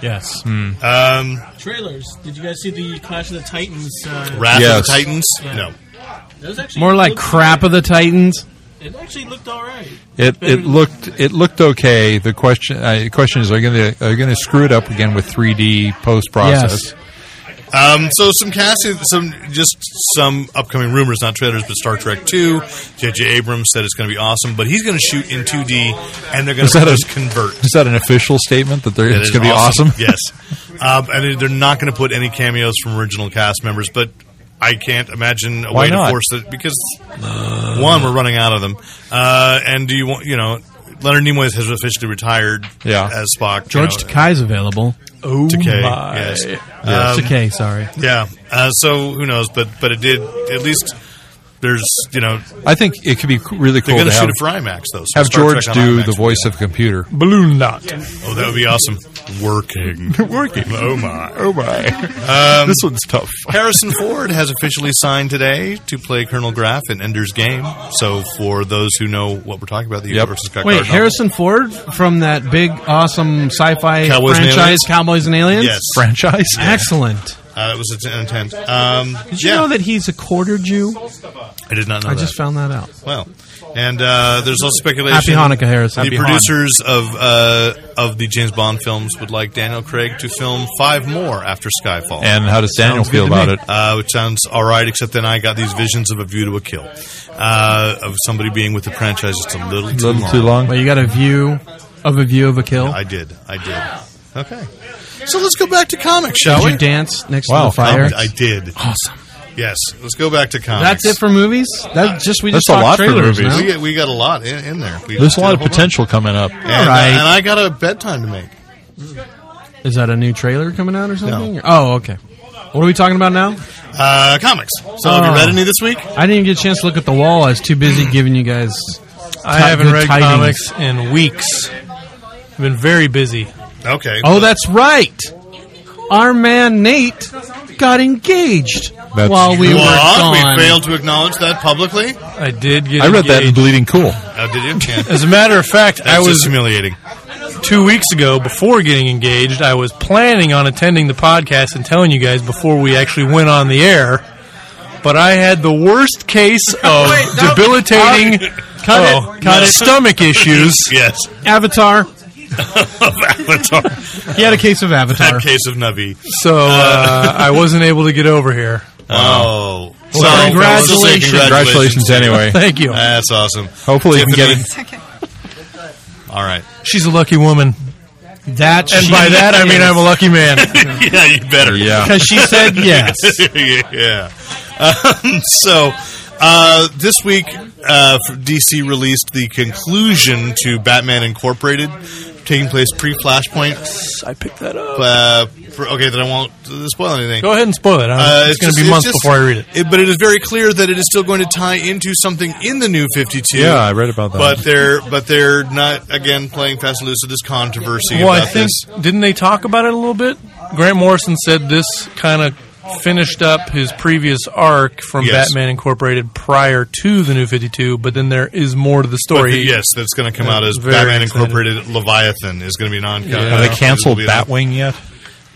S1: Yes.
S2: Um,
S9: Trailers. Did you guys see the Clash of the Titans? Uh,
S2: Wrath
S3: Yes.
S2: of the Titans.
S9: Yeah.
S2: No,
S9: that was actually
S1: More like
S9: looked-
S1: crap of the Titans.
S9: It actually looked all right.
S3: It it looked it looked okay. The question uh, the question is, are you going to are you going to screw it up again with 3D post process?
S1: Yes.
S2: Um, so some casting, some just some upcoming rumors, not trailers, but Star Trek Two. J.J. Abrams said it's going to be awesome, but he's going to shoot in 2D, and they're going
S3: Is that
S2: to
S3: a-
S2: just convert.
S3: Is that an official statement that they're,
S2: That
S3: it's
S2: is
S3: going to be awesome?
S2: yes, um, and they're not going to put any cameos from original cast members, but. I can't imagine a
S3: Why
S2: way
S3: not?
S2: to force it because one, we're running out of them, uh, and do you want you know Leonard Nimoy has officially retired
S3: Yeah.
S2: as Spock.
S1: George
S2: you know,
S1: Takei's available.
S4: Oh
S2: Takei,
S4: my!
S2: yes.
S1: It's
S2: Um,
S1: okay, sorry.
S2: Yeah. Uh, so who knows? But but it did at least. There's you know
S3: I think it could be c- really
S2: they're
S3: cool
S2: going
S3: to
S2: to shoot
S3: have,
S2: it for IMAX though. So
S3: have
S2: Star
S3: George
S2: Trek on
S3: do the
S2: IMAX would be
S3: voice
S2: awesome.
S3: of computer.
S4: Balloon knot.
S2: Oh, that would be awesome. Working, working. Oh my.
S3: Oh my!
S2: Um,
S3: this one's tough.
S2: Harrison Ford has officially signed today to play Colonel Graff in Ender's Game. So for those who know what we're talking about, the
S3: Yep.
S2: universe has got
S1: Wait,
S2: Cardinal.
S1: Harrison Ford from that big, awesome sci-fi
S2: Cowboys and
S1: franchise,
S2: Aliens?
S1: Cowboys and Aliens.
S2: Yes,
S3: Franchise.
S1: excellent.
S2: uh, that was its intent. Um,
S1: Did you
S2: yeah,
S1: know that he's a quarter Jew?
S2: I did not know
S1: I
S2: that.
S1: just found that out.
S2: Well, and uh, there's also speculation.
S1: Happy Hanukkah, Harris.
S2: The
S1: Happy
S2: producers of uh, of the James Bond films would like Daniel Craig to film five more after Skyfall.
S3: And how does Daniel
S1: Sounds good
S3: feel
S1: to
S3: about
S1: me.
S3: it?
S2: uh, which sounds all right, except then I got these visions of a view to a kill, uh, of somebody being with the franchise just a little
S3: A
S2: too
S3: little
S2: long.
S3: too long.
S1: But you got a view of a view of a kill.
S2: I did, I did. Okay, so let's go back to comics, shall
S1: Did
S2: we?
S1: you dance next
S3: Wow,
S1: to the fire?
S2: Oh, I, I did.
S1: awesome.
S2: Yes, let's go back to comics.
S1: That's it for movies. That just we
S3: That's
S1: just
S3: a
S1: talked
S3: lot for
S1: trailers
S3: movies.
S1: now.
S2: we, get, we got a lot in, in there. We
S3: There's
S2: just
S3: a
S2: did
S3: lot of
S2: whole bunch.
S3: potential coming up.
S2: And, uh,
S1: Alright.
S2: and I got a bedtime to make.
S1: Is that a new trailer coming out or something? Oh, okay. What are we talking about now?
S2: Uh, comics. So have you
S1: Oh.
S2: read any this week?
S1: I didn't even get a chance to look at the wall. I was too busy giving you guys.
S4: I
S1: ti-
S4: haven't
S1: good
S4: read
S1: tidings.
S4: comics in weeks. I've been very busy.
S2: Okay.
S1: Oh, that's right. Our man Nate got engaged
S3: That's
S1: while we were
S2: What?
S1: gone.
S2: We failed to acknowledge that publicly.
S4: I did get.
S3: I read that in
S4: engaged.
S3: Bleeding Cool.
S2: Oh, did you? Yeah.
S4: As a matter of fact, I
S2: That's
S4: was
S2: just humiliating.
S4: two weeks ago before getting engaged i was planning on attending the podcast and telling you guys before we actually went on the air but i had the worst case of debilitating oh, stomach issues
S2: Yes.
S1: Avatar.
S2: Avatar.
S1: He had a case of Avatar.
S2: That case of Navi.
S4: so uh, i wasn't able to get over here
S2: Oh. So,
S1: congratulations.
S3: Congratulations, anyway.
S4: thank you
S2: That's awesome.
S3: Hopefully, you can get
S2: Tiffany-
S3: it.
S5: Second.
S2: All right.
S4: she's a lucky woman
S1: That
S4: and by that i mean i'm a lucky man
S2: yeah, you better.
S3: Yeah.
S1: because she said yes.
S2: yeah. Um, so uh, this week, uh, DC released the conclusion to Batman Incorporated, taking place pre-Flashpoint.
S4: i picked that up
S2: Uh, for- okay, then I won't spoil anything.
S4: go ahead and spoil it
S2: Uh,
S4: I- it's, going
S2: just-
S4: to be months
S2: just-
S4: before i read it
S2: But it is very clear that it is still going to tie into something in the new Fifty Two.
S3: Yeah, I read about that.
S2: But they're but they're not again playing fast and loose with this controversy
S4: Well, I
S2: about
S4: think
S2: this.
S4: didn't they talk about it a little bit? Grant Morrison said this kind of finished up his previous arc from
S2: Yes.
S4: Batman Incorporated prior to the New Fifty Two, but then there is more to the story.
S2: But the- yes, that's going to come out as
S4: Very
S2: Batman
S4: excited.
S2: Incorporated Leviathan is going to be non.
S4: Yeah.
S3: Have they
S4: Yeah.
S3: canceled
S2: It'll be non-
S3: Batwing yet?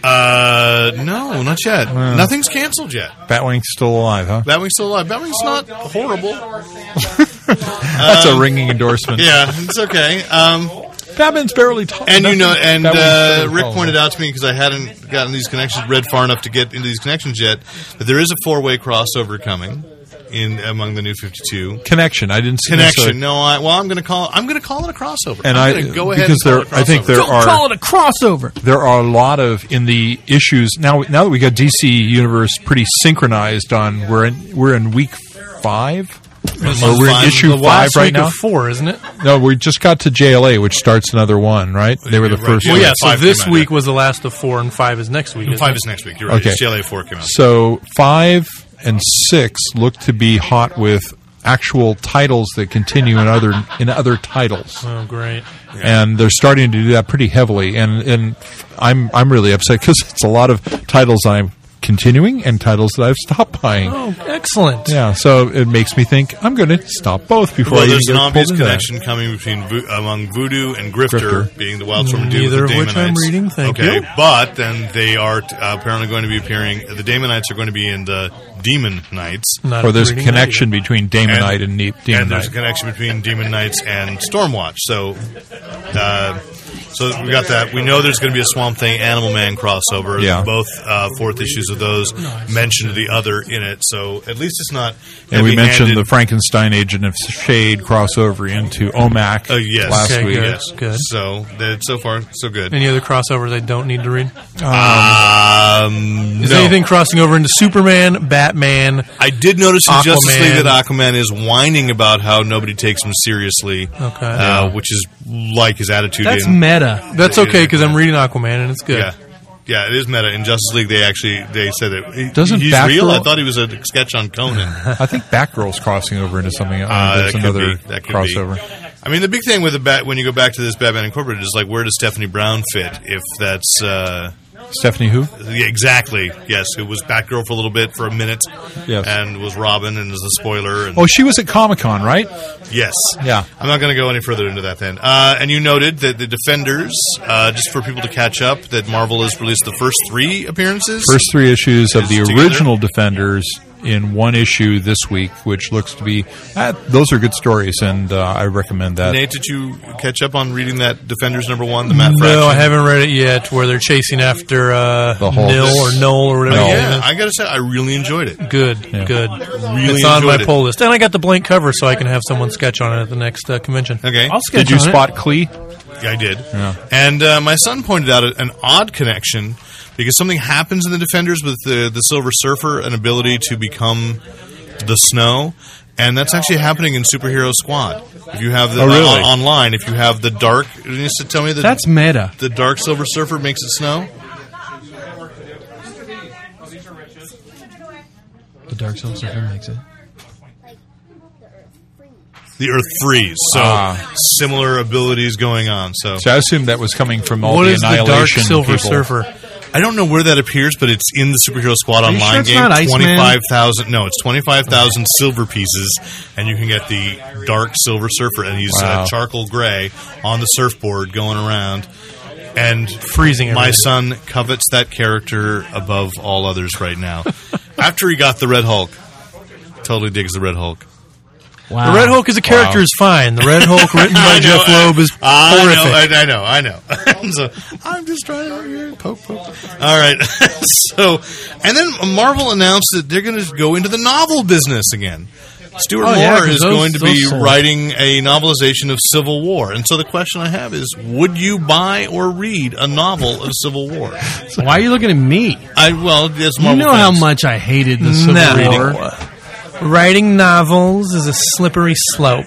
S2: Uh, no, not yet. Nothing's canceled yet.
S3: Batwing's still alive, huh?
S2: Batwing's still alive. Batwing's not horrible.
S3: That's a ringing endorsement.
S2: Um, Yeah, it's okay. Um,
S3: Batman's barely talking.
S2: and you know, and uh, Rick pointed out to me because I hadn't gotten these connections read far enough to get into these connections yet that there is a four way crossover coming in among the new Fifty Two
S3: connection. I didn't see uh,
S2: connection.
S3: necessarily-
S2: No, I, well, I'm going to call. I'm going to call it a crossover.
S3: And
S2: I'm
S3: I-
S2: gonna go ahead
S3: because
S2: and call
S3: there- I
S2: it a
S3: think
S2: crossover.
S3: there
S1: Don't
S3: are-
S1: call it a crossover.
S3: There are a lot of in the issues now. Now that we got DC Universe pretty synchronized on, we're in we're in week five. Or we're in
S2: five.
S3: issue
S4: the
S3: five
S4: last
S3: right
S4: week
S3: now.
S4: of four, isn't it?
S3: No, we just got to JLA, which starts another one. Right? They were the
S2: Right,
S3: first.
S2: yeah.
S3: one.
S4: Well, yeah.
S2: yeah,
S4: So
S2: five
S4: this
S2: came out,
S4: week
S2: yeah.
S4: was the last of four, and five is next week.
S2: Five
S4: isn't
S2: is
S4: it?
S2: next week. You're right.
S3: Okay.
S2: JLA four came out.
S3: So five and six look to be hot with actual titles that continue in other in other titles.
S4: Oh, great.
S3: and they're starting to do that pretty heavily. And and I'm I'm really upset because it's a lot of titles I'm continuing and titles that I've stopped buying.
S4: Oh, excellent.
S3: Yeah, so it makes me think I'm going to stop both before
S2: Well,
S3: I even
S2: there's
S3: get
S2: an obvious
S3: pulled into that.
S2: connection coming between vo- among voodoo and grifter,
S3: Grifter.
S2: being the Wildstorm duo
S4: Neither
S2: with the
S4: of which I'm
S2: Damonites.
S4: reading, thank
S2: okay,
S4: you.
S2: but then they are t- uh, apparently going to be appearing. The Damonites are going to be in the Demon Knights.
S4: Not
S3: Or there's a
S4: reading
S3: connection between Damonite and, ne- Demon
S2: and there's a
S3: Knight.
S2: connection between Demon Knights and Stormwatch. So, uh, so we got that. We know there's going to be a Swamp Thing Animal Man crossover.
S3: Yeah.
S2: Both uh, fourth issues of those mentioned the other in it. So at least it's not.
S3: And we mentioned
S2: heavy-handed.
S3: the Frankenstein Agent of Shade crossover into OMAC
S2: Uh, yes.
S3: last
S4: Okay,
S3: week.
S4: good.
S2: Yes. So that so far so good.
S4: Any other crossovers I don't need to read?
S2: Um,
S4: Is
S2: no.
S4: anything crossing over into Superman, Batman?
S2: I did notice in Justice
S4: Aquaman.
S2: League that Aquaman is whining about how nobody takes him seriously,
S4: Okay.
S2: uh, which is like his attitude.
S1: That's
S2: in,
S1: meta.
S4: That's okay because I'm reading Aquaman and it's good.
S2: yeah, yeah, it is meta. In Justice League, they actually they said that he-
S3: Doesn't
S2: he's
S3: Batgirl-
S2: real. I thought he was a sketch on Conan.
S3: I think Batgirl's crossing over into something.
S2: Uh,
S3: Uh, there's
S2: that could
S3: another
S2: be- that could be.
S3: crossover.
S2: I mean, the big thing with the bat when you go back to this Batman Incorporated is like, where does Stephanie Brown fit? If that's uh,
S3: Stephanie who?
S2: Yeah, exactly. Yes, it was Batgirl for a little bit, for a minute,
S3: Yes.
S2: and was Robin and is the spoiler. And
S3: Oh, she was at Comic Con, right?
S2: yes,
S3: Yeah.
S2: I'm not going to go any further into that then. Uh, and you noted that the Defenders, uh, just for people to catch up, that Marvel has released the first three appearances.
S3: First three issues of
S2: Is
S3: the
S2: together.
S3: original Defenders in one issue this week, which looks to be uh, those are good stories, and uh, I recommend that.
S2: Nate, did you catch up on reading that Defenders number one, the Matt Fraction?
S4: No, I haven't read it yet. Where they're chasing after uh,
S3: The Hulk.
S4: Nil or Noel or whatever.
S3: Noel.
S4: his name
S2: Yeah,
S4: is.
S2: I got to say, I really enjoyed it.
S4: Good, good. it's on
S2: enjoyed
S4: my
S2: it.
S4: pull list, and I got the blank cover, so I can have someone sketch on it at the next uh, convention.
S2: Okay.
S4: I'll sketch
S3: Did you
S4: on it.
S3: spot Klee?
S2: I did. And uh, my son pointed out an odd connection because something happens in the Defenders with the, the Silver Surfer, an ability to become the snow. And that's actually happening in Superhero Squad. If you have the
S3: Oh, really?
S2: on- online, if you have the dark, you used to tell me that
S1: That's meta.
S2: the dark Silver Surfer makes it snow.
S1: The Dark Soul Surfer makes it.
S2: The Earth freeze. So
S3: Ah.
S2: similar abilities going on. So
S3: So I assume that was coming from all
S4: What
S3: the
S4: is the Dark
S3: annihilation
S4: Silver
S3: people.
S4: Surfer?
S2: I don't know where that appears, but it's in the Superhero Squad
S1: you sure
S2: online
S1: it's not
S2: game.
S1: Iceman?
S2: Twenty five thousand. No, it's twenty five thousand silver pieces, and you can get the Dark Silver Surfer, and he's
S3: Wow.
S2: uh, charcoal gray on the surfboard going around, and
S4: Freezing
S2: My
S4: everything.
S2: son covets that character above all others right now. After he got the Red Hulk, totally digs the Red Hulk.
S1: Wow.
S4: The Red Hulk as a character
S3: Wow.
S4: is fine. The Red Hulk written by
S2: I know,
S4: Jeff Loeb is horrific.
S2: I know, I, I know, I know. so, I'm just trying to poke, poke. All right. so, and then Marvel announced that they're going to go into the novel business again. Stuart
S4: Oh, yeah,
S2: Moore
S4: 'cause
S2: is
S4: those-
S2: going to
S4: those
S2: be
S4: sold.
S2: writing a novelization of Civil War, and so the question I have is: Would you buy or read a novel of Civil War?
S1: Why are you looking at me?
S2: I well, that's
S1: You
S2: Marvel.
S1: know how
S2: fans.
S1: much I hated the Civil War.
S4: Writing novels is a slippery slope,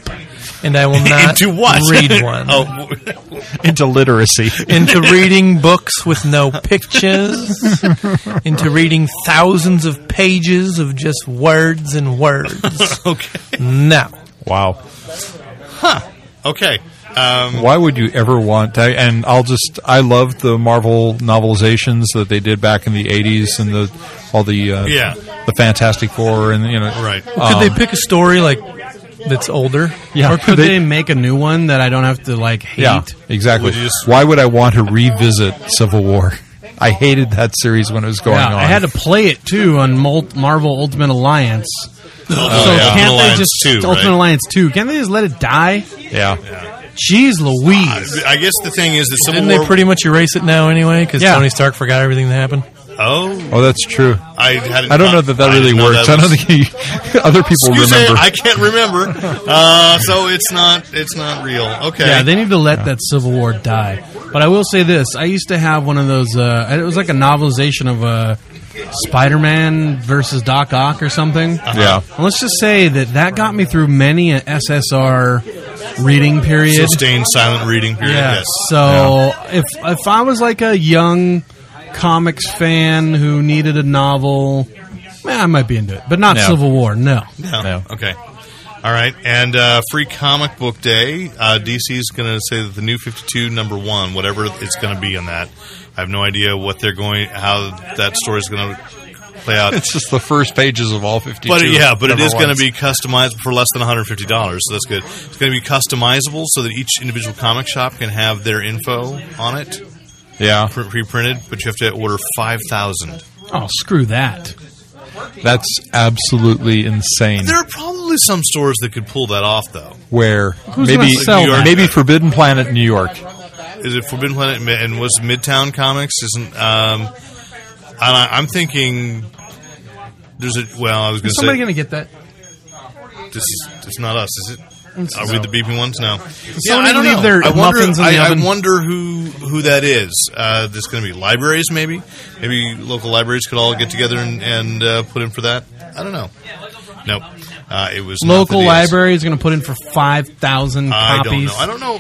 S4: and I will not
S2: into what?
S4: read one.
S2: oh, w-
S3: into literacy.
S4: Into reading books with no pictures. into reading thousands of pages of just words and words.
S2: okay,
S4: No.
S3: wow.
S2: okay. Um,
S3: Why would you ever want to? And I'll just, I love the Marvel novelizations that they did back in the 80s and the all the uh,
S2: Yeah.
S3: the Fantastic Four and you know Um,
S2: Right.
S4: Could they pick a story like that's older?
S1: Or could Um, they, make a new one that I don't have to like hate?
S3: yeah exactly
S2: Would you just-
S3: why would I want to revisit Civil War I hated that series when it was going
S1: Yeah,
S3: on
S1: I had to play it too on Mul- Marvel Ultimate Alliance. so
S2: Oh, yeah.
S1: can't
S2: Ultimate
S1: they
S2: Alliance
S1: just
S2: 2,
S1: Ultimate
S2: right?
S1: Alliance two? Can't they just let it die?
S3: yeah.
S1: Jeez, Louise!
S2: I guess the thing is that Civil
S4: Didn't
S2: War.
S4: they pretty much erase it now anyway? Because
S1: Yeah.
S4: Tony Stark forgot everything that happened.
S2: oh,
S3: oh that's true
S2: I hadn't.
S3: I don't know that that
S2: I
S3: really
S2: didn't know
S3: works
S2: that
S3: I don't
S2: was-
S3: think he, other people
S2: Excuse me,
S3: remember
S2: I can't remember. Uh, so it's not. It's not real. Okay.
S1: Yeah, they need to let that Civil War die. But I will say this: I used to have one of those. Uh, it was like a novelization of uh, Spider-Man versus Doc Ock or something.
S2: Uh-huh.
S3: yeah
S1: And let's just say that that got me through many a SSR reading period.
S2: Sustained silent reading period.
S1: Yeah.
S2: Yes.
S1: So if if I was like a young comics fan who needed a novel, eh, I might be into it, but not
S3: No.
S1: Civil War. No.
S2: No.
S3: No.
S2: Okay. All right, and uh, free comic book day. Uh, DC is going to say that the new Fifty Two number one, whatever it's going to be on that. I have no idea what they're going, how that story is going to play out.
S3: It's just the first pages of all 52.
S2: But yeah, but it
S3: number
S2: is going to
S3: ones.
S2: be customized for less than one hundred fifty dollars. So that's good. It's going to be customizable so that each individual comic shop can have their info on it
S3: Yeah.
S2: pr- pre-printed. But you have to order five thousand.
S1: Oh, screw that.
S3: That's absolutely insane.
S2: There are probably some stores that could pull that off, though.
S3: Where
S1: gonna
S3: maybe
S1: sell
S3: New York-
S1: that?
S3: maybe Forbidden Planet New York.
S2: Is it Forbidden Planet and- and was Midtown Comics? Isn't um, and I, I'm thinking there's a well. I was going
S1: Is
S2: to
S1: somebody
S2: say
S1: going to get that?
S2: this is it's not us, is it? Are we the beeping ones? No. Yeah,
S1: somebody
S2: I don't
S1: leave
S2: know.
S1: their
S2: I wonder,
S1: muffins in the
S2: I, I
S1: oven?
S2: wonder who who that is. Uh, there's going to be libraries, maybe. Maybe local libraries could all get together and, and uh, put in for that. I don't know. Nope. Uh, it was not
S1: Local
S2: the DS.
S1: library is going to put in for 5,000
S2: I
S1: copies.
S2: don't know. I don't know.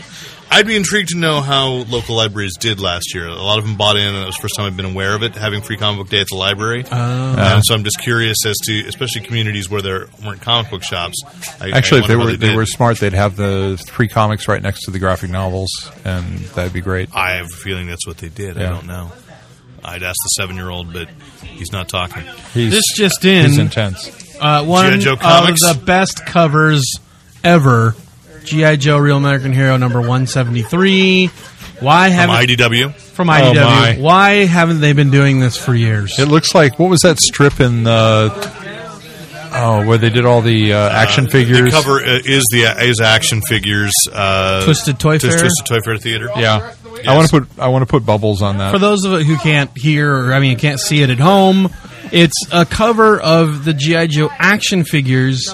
S2: I'd be intrigued to know how local libraries did last year. A lot of them bought in, and it was the first time I've been aware of it, having free comic book day at the library.
S1: Oh.
S2: Uh, And so I'm just curious as to, especially communities where there weren't comic book shops. I,
S3: Actually,
S2: I
S3: if they
S2: wonder how
S3: were they
S2: did.
S3: were smart, they'd have the three comics right next to the graphic novels, and that'd be great.
S2: I have a feeling that's what they did. I
S3: Yeah.
S2: don't know. I'd ask the seven year old, but he's not talking.
S3: He's,
S1: This just
S3: he's
S1: in,
S3: intense.
S1: uh, one
S2: G.I. Joe
S1: of
S2: comics?
S1: the best covers ever. G.I. Joe Real American Hero number 173. Why
S2: From Oh,
S1: haven't
S2: IDW,
S1: from
S3: my.
S1: IDW? why haven't they been doing this for years?
S3: It looks like what was that strip in uh, oh where they did all the uh, action
S2: the
S3: figures?
S2: cover uh, is the is action figures. Uh,
S1: Twisted Toy
S2: Twi-
S1: Fair?
S2: Twisted Toy Fair Theater.
S3: Yeah, I
S2: Yes.
S3: want to put I want to put bubbles on that.
S1: For those of you who can't hear, or I mean, can't see it at home, it's a cover of the GI Joe action figures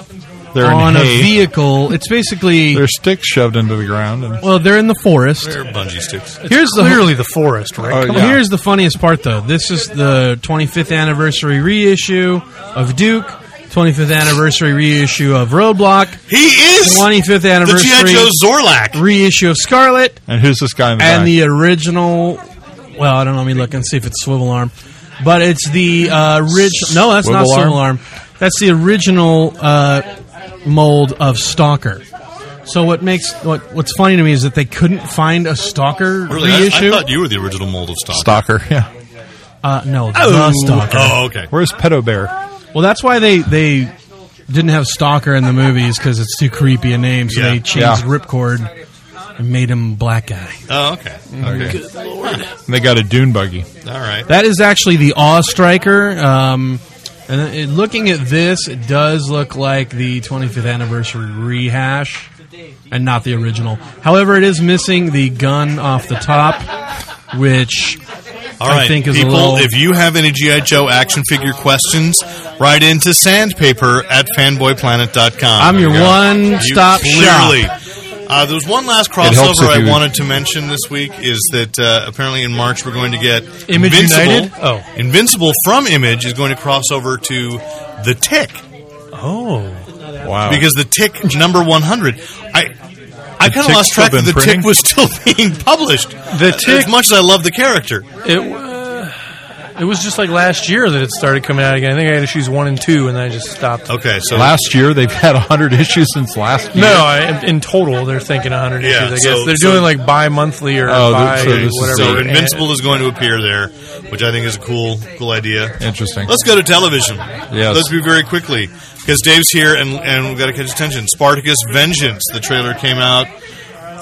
S3: They're in
S1: on a
S3: hay.
S1: vehicle. It's basically
S3: Their sticks shoved into the ground. And,
S1: well, they're in the forest.
S2: They're bungee sticks.
S1: Here's the
S4: Clearly the forest, right?
S3: Oh,
S1: Well,
S3: yeah.
S1: here's the funniest part though. This is the 25th anniversary reissue of Duke, 25th anniversary reissue of Roadblock,
S2: He is
S1: 25th
S2: the G.I. Joe
S1: anniversary
S2: Zorlak.
S1: reissue of Scarlet,
S3: and who's this guy in the
S1: and
S3: back?
S1: the original. Well, I don't know. Let me look and see if it's swivel arm, but it's the uh, orig- No, that's not
S3: Swivel
S1: swivel arm. That's the original uh, mold of Stalker. So what makes what what's funny to me is that they couldn't find a Stalker
S2: Oh, Really? I, I
S1: reissue.
S2: thought you were the original mold of stock.
S3: stalker? Yeah,
S1: uh, no, the Stalker.
S2: Oh, okay.
S3: where's Pedo Bear?
S1: Well, that's why they they didn't have Stalker in the movies because it's too creepy a name. So
S2: Yeah.
S1: they changed
S3: Yeah.
S1: Ripcord and made him Black Guy.
S2: Oh, okay. Okay.
S3: And they got a dune buggy.
S2: All right.
S1: That is actually the Awe Striker. Um, and it- looking at this, it does look like the 25th anniversary rehash and not the original. However, it is missing the gun off the top, which
S2: All right.
S1: I think is
S2: People,
S1: a little.
S2: if you have any G.I. Joe action figure questions, write into sandpaper at fanboyplanet.com.
S1: I'm
S2: There
S1: your
S2: you go.
S1: one-stop
S2: You
S1: shop.
S2: Clearly. Uh, there was one last
S3: helps
S2: crossover
S3: if
S2: I
S3: you-
S2: wanted to mention this week is that uh, apparently in March we're going to get
S4: Image
S2: Invincible.
S4: United? Oh.
S2: Invincible from Image is going to cross over to The Tick.
S4: Oh,
S3: Wow,
S2: because the tick number 100 i I
S3: The
S2: kind of
S3: Tick's
S2: lost
S3: still
S2: track that
S3: been
S2: the
S3: printing?
S2: tick was still being published. The
S4: Tick-
S2: as much as I love the character,
S4: it uh, it was just like last year that it started coming out again. I think I had issues one and two, and then I just stopped.
S2: okay. So
S3: last year they've had hundred issues since last year.
S4: No, I, in total they're thinking 100
S2: Yeah,
S4: issues. I guess
S2: so-
S4: they're
S2: so-
S4: doing like bi-monthly or
S3: Oh, they're-
S4: bi
S3: so this is-
S4: whatever.
S2: so
S4: And-
S2: Invincible is going to appear there, which I think is a cool, cool idea.
S3: Interesting.
S2: Let's go to television.
S3: Yes.
S2: Let's be very quickly because Dave's here and and we've got to catch his attention. Spartacus Vengeance. The trailer came out.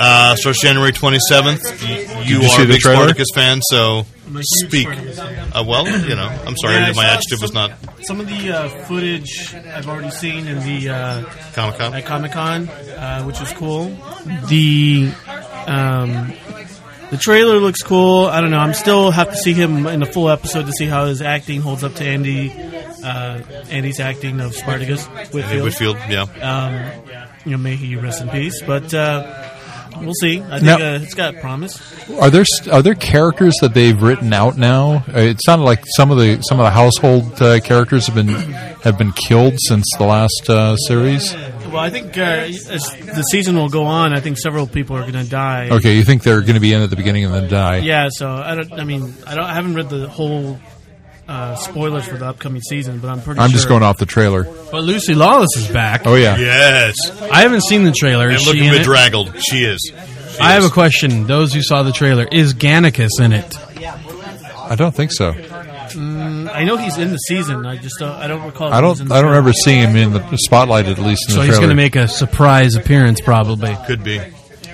S2: Uh, starts January 27th. Y- you,
S3: you
S2: are
S3: see
S2: a
S3: the
S2: big
S3: trailer?
S2: Spartacus fan, so
S9: a huge
S2: speak.
S9: Spartacus fan.
S2: Uh, well, you know, I'm sorry
S9: Yeah, I
S2: that my
S9: saw
S2: adjective was
S9: some-
S2: not
S9: Some of the uh, footage I've already seen in the uh,
S2: Comic Con.
S9: at Comic Con, uh, which was cool. The um, the trailer looks cool. I don't know. I'm still have to see him in the full episode to see how his acting holds up to Andy. Uh, Andy's acting of Spartacus
S2: Andy
S9: Whitfield.
S2: Whitfield, yeah.
S9: Um, you know, may he rest in peace. But uh, we'll see. I think
S3: Now-
S9: uh, it's got promise.
S3: Are there are there characters that they've written out now? Uh, It sounded like some of the some of the household uh, characters have been have been killed since the last uh, series.
S9: Well, I think uh, as the season will go on, I think several people are going to die.
S3: Okay, you think they're going to be in at the beginning and then die?
S9: Yeah, so I don't. I mean, I don't. I haven't read the whole uh, spoilers for the upcoming season, but I'm pretty.
S3: I'm
S9: sure.
S3: just going off the trailer.
S1: But Lucy Lawless is back.
S3: Oh yeah.
S2: Yes.
S1: I haven't seen the trailer. Is
S2: And
S1: she
S2: looking
S1: in it?
S2: bedraggled. She is. She
S1: I have
S2: is.
S1: a question. Those who saw the trailer, is Gannicus in it?
S3: I don't think so.
S9: I know he's in the season. I just don't, I don't recall. if
S3: I
S9: he's
S3: don't.
S9: in the
S3: I don't
S9: show.
S3: ever see him in the spotlight at least. In
S1: So
S3: the
S1: he's going
S3: trailer.
S1: to make a surprise appearance, probably.
S2: Could be.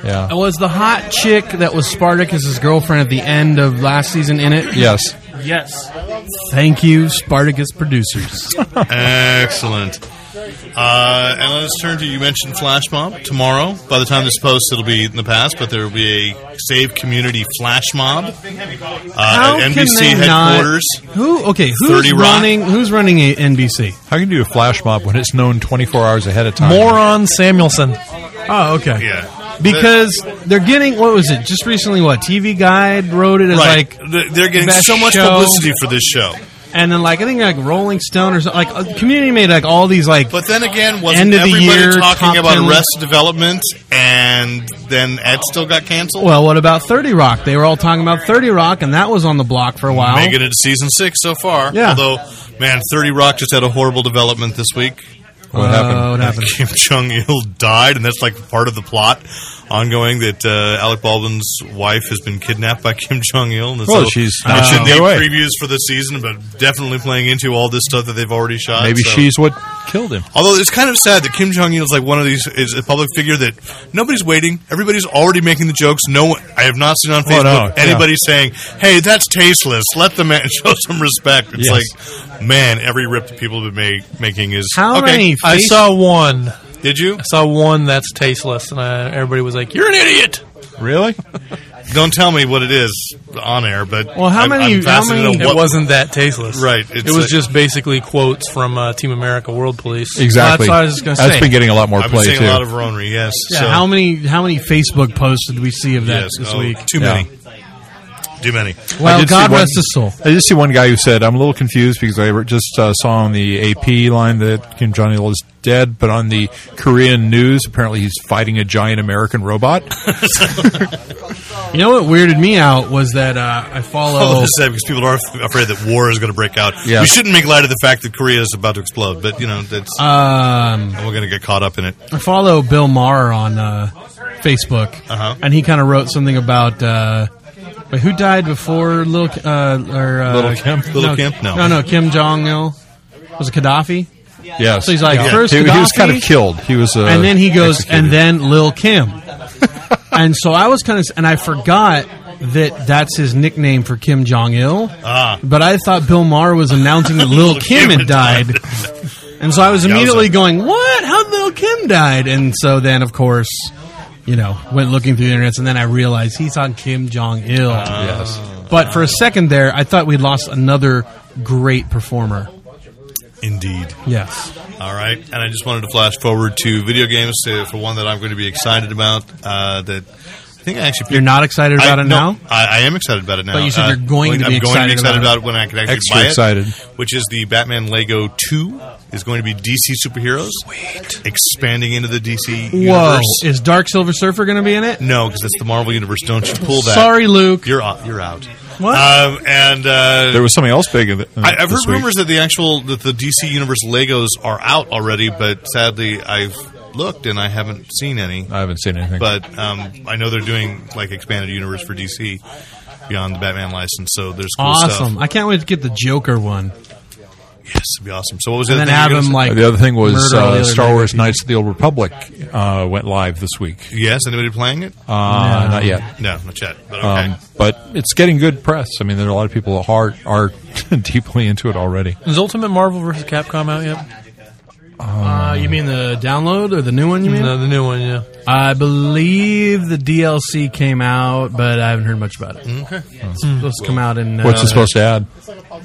S3: Yeah.
S1: Was the hot chick that was Spartacus's girlfriend at the end of last season in it?
S3: Yes.
S9: Yes,
S1: Thank you, Spartacus producers.
S2: Excellent. Uh, and let's turn to you mentioned flash mob tomorrow. By the time this posts, it'll be in the past, but there will be a Save Community flash mob uh,
S1: How can
S2: at NBC
S1: they not-
S2: headquarters.
S1: Who? Okay,
S2: 30
S1: who's
S2: Rock?
S1: running? Who's running a NBC?
S3: How can you do a flash mob when it's known 24 hours ahead of time?
S4: Moron Samuelson.
S1: Oh, okay.
S2: Yeah,
S1: Because they're getting what was it? Just recently, what TV Guide wrote it as
S2: right.
S1: like,
S2: They're- They're getting
S1: best
S2: so much
S1: show.
S2: publicity for this show.
S1: and then like I think like Rolling Stone or something. Like uh, Community made like all these like
S2: But then again, wasn't
S1: End of the
S2: everybody
S1: year, top
S2: talking about
S1: 10
S2: Arrested Development, and then Ed still got canceled?
S1: Well, what about 30 Rock? They were all talking about 30 Rock, and that was on the block for a while.
S2: Making it to season six so far.
S1: Yeah.
S2: Although, man, Thirty Rock just had a horrible development this week.
S3: What happened?
S1: Uh, what happened?
S2: Kim Jong Il died, and that's like part of the plot ongoing that uh, Alec Baldwin's wife has been kidnapped by Kim Jong Il. And
S3: Well, she's not
S2: which
S3: gonna
S2: in the
S3: get away.
S2: previews for the season, but definitely playing into all this stuff that they've already shot.
S3: Maybe
S2: so-
S3: she's what killed him.
S2: Although it's kind of sad that Kim Jong Il is like one of these is a public figure that nobody's waiting. Everybody's already making the jokes. No, one, I have not seen on
S3: Oh,
S2: Facebook
S3: no, yeah.
S2: anybody saying, "Hey, that's tasteless. Let the man show some respect."
S3: Yes.
S2: It's like, man, every rip that people have been ma- making is
S1: How
S2: okay.
S1: many
S4: I
S1: face-
S4: saw one.
S2: Did you?
S4: I saw one that's tasteless, and I, everybody was like, "You're an idiot."
S3: Really?
S2: Don't tell me what it is on air, but
S1: Well, how
S2: I'm-
S1: many-
S2: I'm
S1: how
S2: fascinated
S1: many-
S2: on
S4: It
S2: what-
S4: wasn't that tasteless,
S2: Right,
S4: It
S2: it's
S4: was
S2: like-
S4: just basically quotes from uh, Team America, World Police.
S3: Exactly.
S1: That's what I was just gonna
S3: That's
S1: say.
S3: been getting a lot more
S2: I've been
S3: play
S2: seeing
S3: too.
S2: a lot of Ronery. Yes.
S1: Yeah,
S2: so,
S1: how many how many Facebook posts did we see of that
S2: yes,
S1: this
S2: oh,
S1: week?
S2: Too
S3: Yeah.
S2: many. Too many.
S3: I
S1: Well,
S3: did see
S1: God
S3: one-
S1: rest his soul.
S3: I just see one guy who said, "I'm a little confused because I re- just uh, saw on the AP line that Kim Jong Il is dead, but on the Korean news, apparently he's fighting a giant American robot."
S1: You know what weirded me out was that uh, I
S2: Oh,
S1: follow.
S2: this is sad because people are af- afraid that war is going to break out.
S3: Yeah.
S2: We shouldn't make light of the fact that Korea is about to explode, but you know that's
S1: Um,
S2: we're going to get caught up in it.
S1: I follow Bill Maher on uh, Facebook,
S2: Uh-huh.
S1: and he kind of wrote something about. Uh, wait, who died before little Ki- uh, or uh,
S3: Little Kim?
S2: Little
S1: no,
S2: Kim? No.
S1: no, no, Kim Jong Il was it Gaddafi,
S3: yes.
S1: So he's like,
S3: Yeah.
S1: first
S3: he, he was
S1: Gaddafi,
S3: kind of killed. He was, uh,
S1: and then he goes,
S3: executed.
S1: and then Lil Kim, and so I was kind of, and I forgot that that's his nickname for Kim Jong Il.
S2: Ah,
S1: But I thought Bill Maher was announcing that Uh. Lil Kim had died. And so I was immediately going, What? How Lil Kim died? And so then, of course, you know, went looking through the internet, and then I realized he's on Kim Jong il.
S3: yes.
S1: But for a second there, I thought we lost another great performer.
S2: indeed.
S1: Yes.
S2: All right, and I just wanted to flash forward to video games to, for one that I'm going to be excited about. Uh, that I think I actually
S1: You're not excited about
S2: I,
S1: it
S2: no,
S1: now?
S2: I, I am excited about it now.
S1: But you said
S2: Uh,
S1: you're going to be
S2: I'm going
S1: excited
S2: to be excited
S1: about
S2: about
S1: it.
S2: it when I can actually
S3: Extra
S2: buy it.
S3: excited.
S2: Which is the Batman Lego Two is going to be DC superheroes, expanding into the DC
S1: Whoa.
S2: universe.
S1: Is Dark Silver Surfer going to be in it?
S2: No, because it's the Marvel universe. Don't you pull that?
S1: Sorry, Luke.
S2: you're out. You're out.
S1: What?
S2: Um, and uh,
S3: There was something else big. in the-
S2: I, I've heard
S3: this week.
S2: rumors that the actual that the DC universe Legos are out already, but sadly I've looked and I haven't seen any.
S3: I haven't seen anything.
S2: But um, I know they're doing like expanded universe for DC beyond the Batman license. So there's cool
S1: Awesome.
S2: stuff.
S1: I can't wait to get the Joker one.
S2: Yes, it'd be awesome. So what was the
S1: And then
S2: other thing
S1: have
S2: you
S1: him,
S2: were gonna
S1: like.
S3: Uh, the other thing was
S1: murder all the
S3: uh,
S1: other
S3: Star
S1: Lego
S3: Wars
S1: people.
S3: Knights of the Old Republic uh, went live this week.
S2: say? Yes, anybody playing it?
S3: Uh, Not yet.
S2: No, not yet. But okay.
S3: Um, but it's getting good press. I mean, there are a lot of people that are, are deeply into it already.
S4: Is Ultimate Marvel vs. Capcom out yet?
S1: Uh, you mean the download or the new one? You mean?
S4: No, the new one, yeah.
S1: Mm-hmm. I believe the DLC came out, but I haven't heard much about it. Okay. It's supposed to come out in uh,
S3: What's it supposed to add?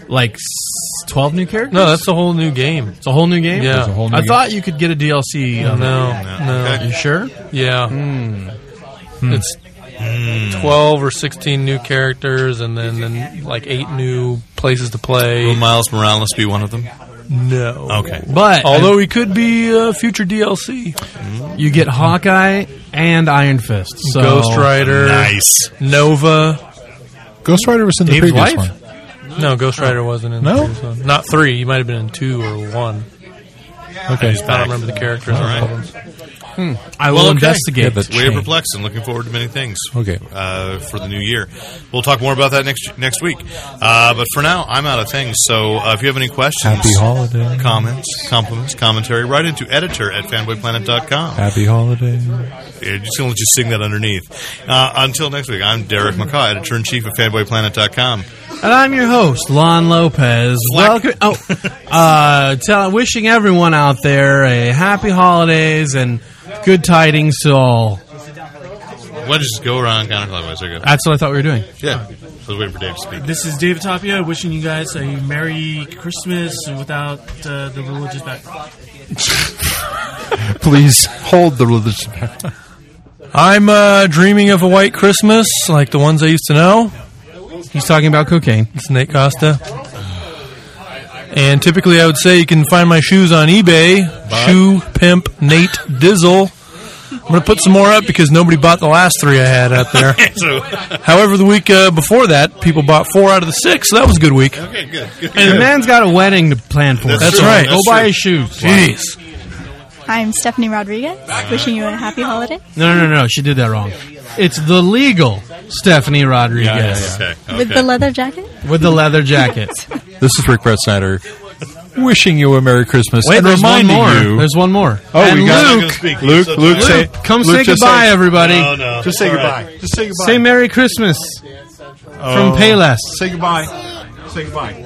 S1: like s- twelve new characters.
S4: No, that's a whole new game.
S1: it's a whole new game.
S4: Yeah. There's a
S3: whole new
S1: I
S3: game.
S1: thought you could get a DLC.
S4: No,
S1: of it.
S4: no,
S2: Okay.
S1: You sure?
S4: yeah. Hmm. It's twelve or sixteen new characters, and then, then like eight new places to
S2: Will
S4: play.
S2: Miles Morales be one of them?
S4: No,
S2: Okay.
S1: But
S4: Although he could be uh, future DLC,
S1: you get Hawkeye and Iron Fist, so
S4: Ghost Rider,
S2: Nice.
S4: Nova.
S3: Ghost Rider was in the
S1: Dave's
S3: previous
S1: wife?
S3: one.
S4: No, Ghost Rider wasn't in.
S3: No?
S4: the previous one. not three. He might have been in two or one.
S3: Okay.
S4: I don't remember the characters.
S2: All right.
S4: of them.
S12: I will
S2: Well, okay.
S12: investigate.
S3: Yeah, the
S2: Way to
S3: chain.
S2: perplex and looking forward to many things.
S3: Okay.
S2: Uh, for the new year, we'll talk more about that next next week. Uh, but for now, I'm out of things. So uh, if you have any questions,
S3: Happy holiday.
S2: comments, compliments, commentary, write into editor at fanboyplanet.com.
S3: Happy holiday.
S2: Yeah, just gonna let you sing that underneath. Uh, until next week, I'm Derek McCaw, editor in chief of fanboyplanet.com.
S1: And I'm your host, Lon Lopez.
S2: Fleck.
S1: Welcome. Oh, uh, tell, wishing everyone out there a happy holidays and good tidings to all.
S2: Why don't you just go around counterclockwise? There you go.
S1: That's what I thought we were doing.
S2: Yeah, I was waiting for Dave to speak.
S9: This is Dave Tapia wishing you guys a Merry Christmas without uh, the religious background.
S3: Please hold the religious back.
S4: I'm uh, dreaming of a white Christmas like the ones I used to know.
S1: He's talking about cocaine.
S4: It's Nate Costa. And typically, I would say you can find my shoes on eBay. Shoe pimp Nate Dizzle. I'm going to put some more up because nobody bought the last three I had out there.
S2: So,
S4: However, the week uh, before that, people bought four out of the six, so that was a good week.
S2: okay, good. good,
S1: And
S2: good.
S1: the man's got a wedding to plan for.
S2: That's
S4: That's
S2: true.
S4: right.
S2: That's
S1: Go buy
S2: true.
S1: his shoes.
S4: Jeez.
S5: I'm Stephanie Rodriguez, wishing you a happy holiday
S1: No, no, no, no. She did that wrong. It's the legal Stephanie Rodriguez
S2: Okay,
S5: with
S2: okay.
S5: the leather jacket.
S1: with the leather jacket.
S3: This is Rick Brett Snyder wishing you a Merry Christmas and
S1: there's one
S3: reminding
S1: more.
S3: you.
S1: There's one more.
S3: oh,
S1: and
S3: we got
S1: Luke.
S2: gonna speak.
S3: Luke,
S2: So
S3: Luke,
S2: tired.
S3: say,
S1: Luke, come
S3: Luke,
S1: say
S3: just
S1: goodbye, everybody.
S2: No, Oh, no.
S12: Just say
S2: All
S12: goodbye.
S2: right.
S12: Just say goodbye.
S1: Say Merry Christmas from Payless.
S12: Say goodbye. Say goodbye.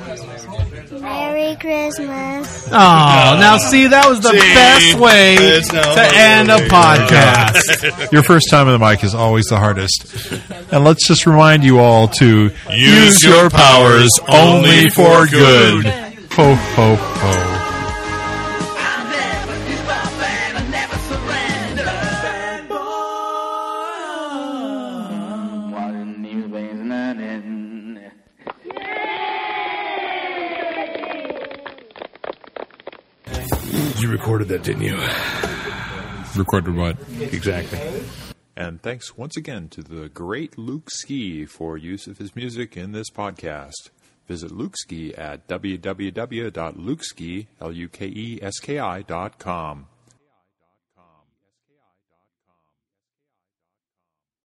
S13: Merry Christmas.
S1: Oh, now see, that was the
S2: See?
S1: best way
S2: There's no
S1: to end a
S2: way.
S1: podcast.
S3: Your first time on the mic is always the hardest. And let's just remind you all to
S2: Use your powers only for good.
S3: Ho, ho, ho.
S14: You recorded that, didn't you?
S3: Recorded what?
S14: Exactly.
S15: And thanks once again to the great Luke Ski for use of his music in this podcast. Visit Luke E Ski at www.lukeski.com.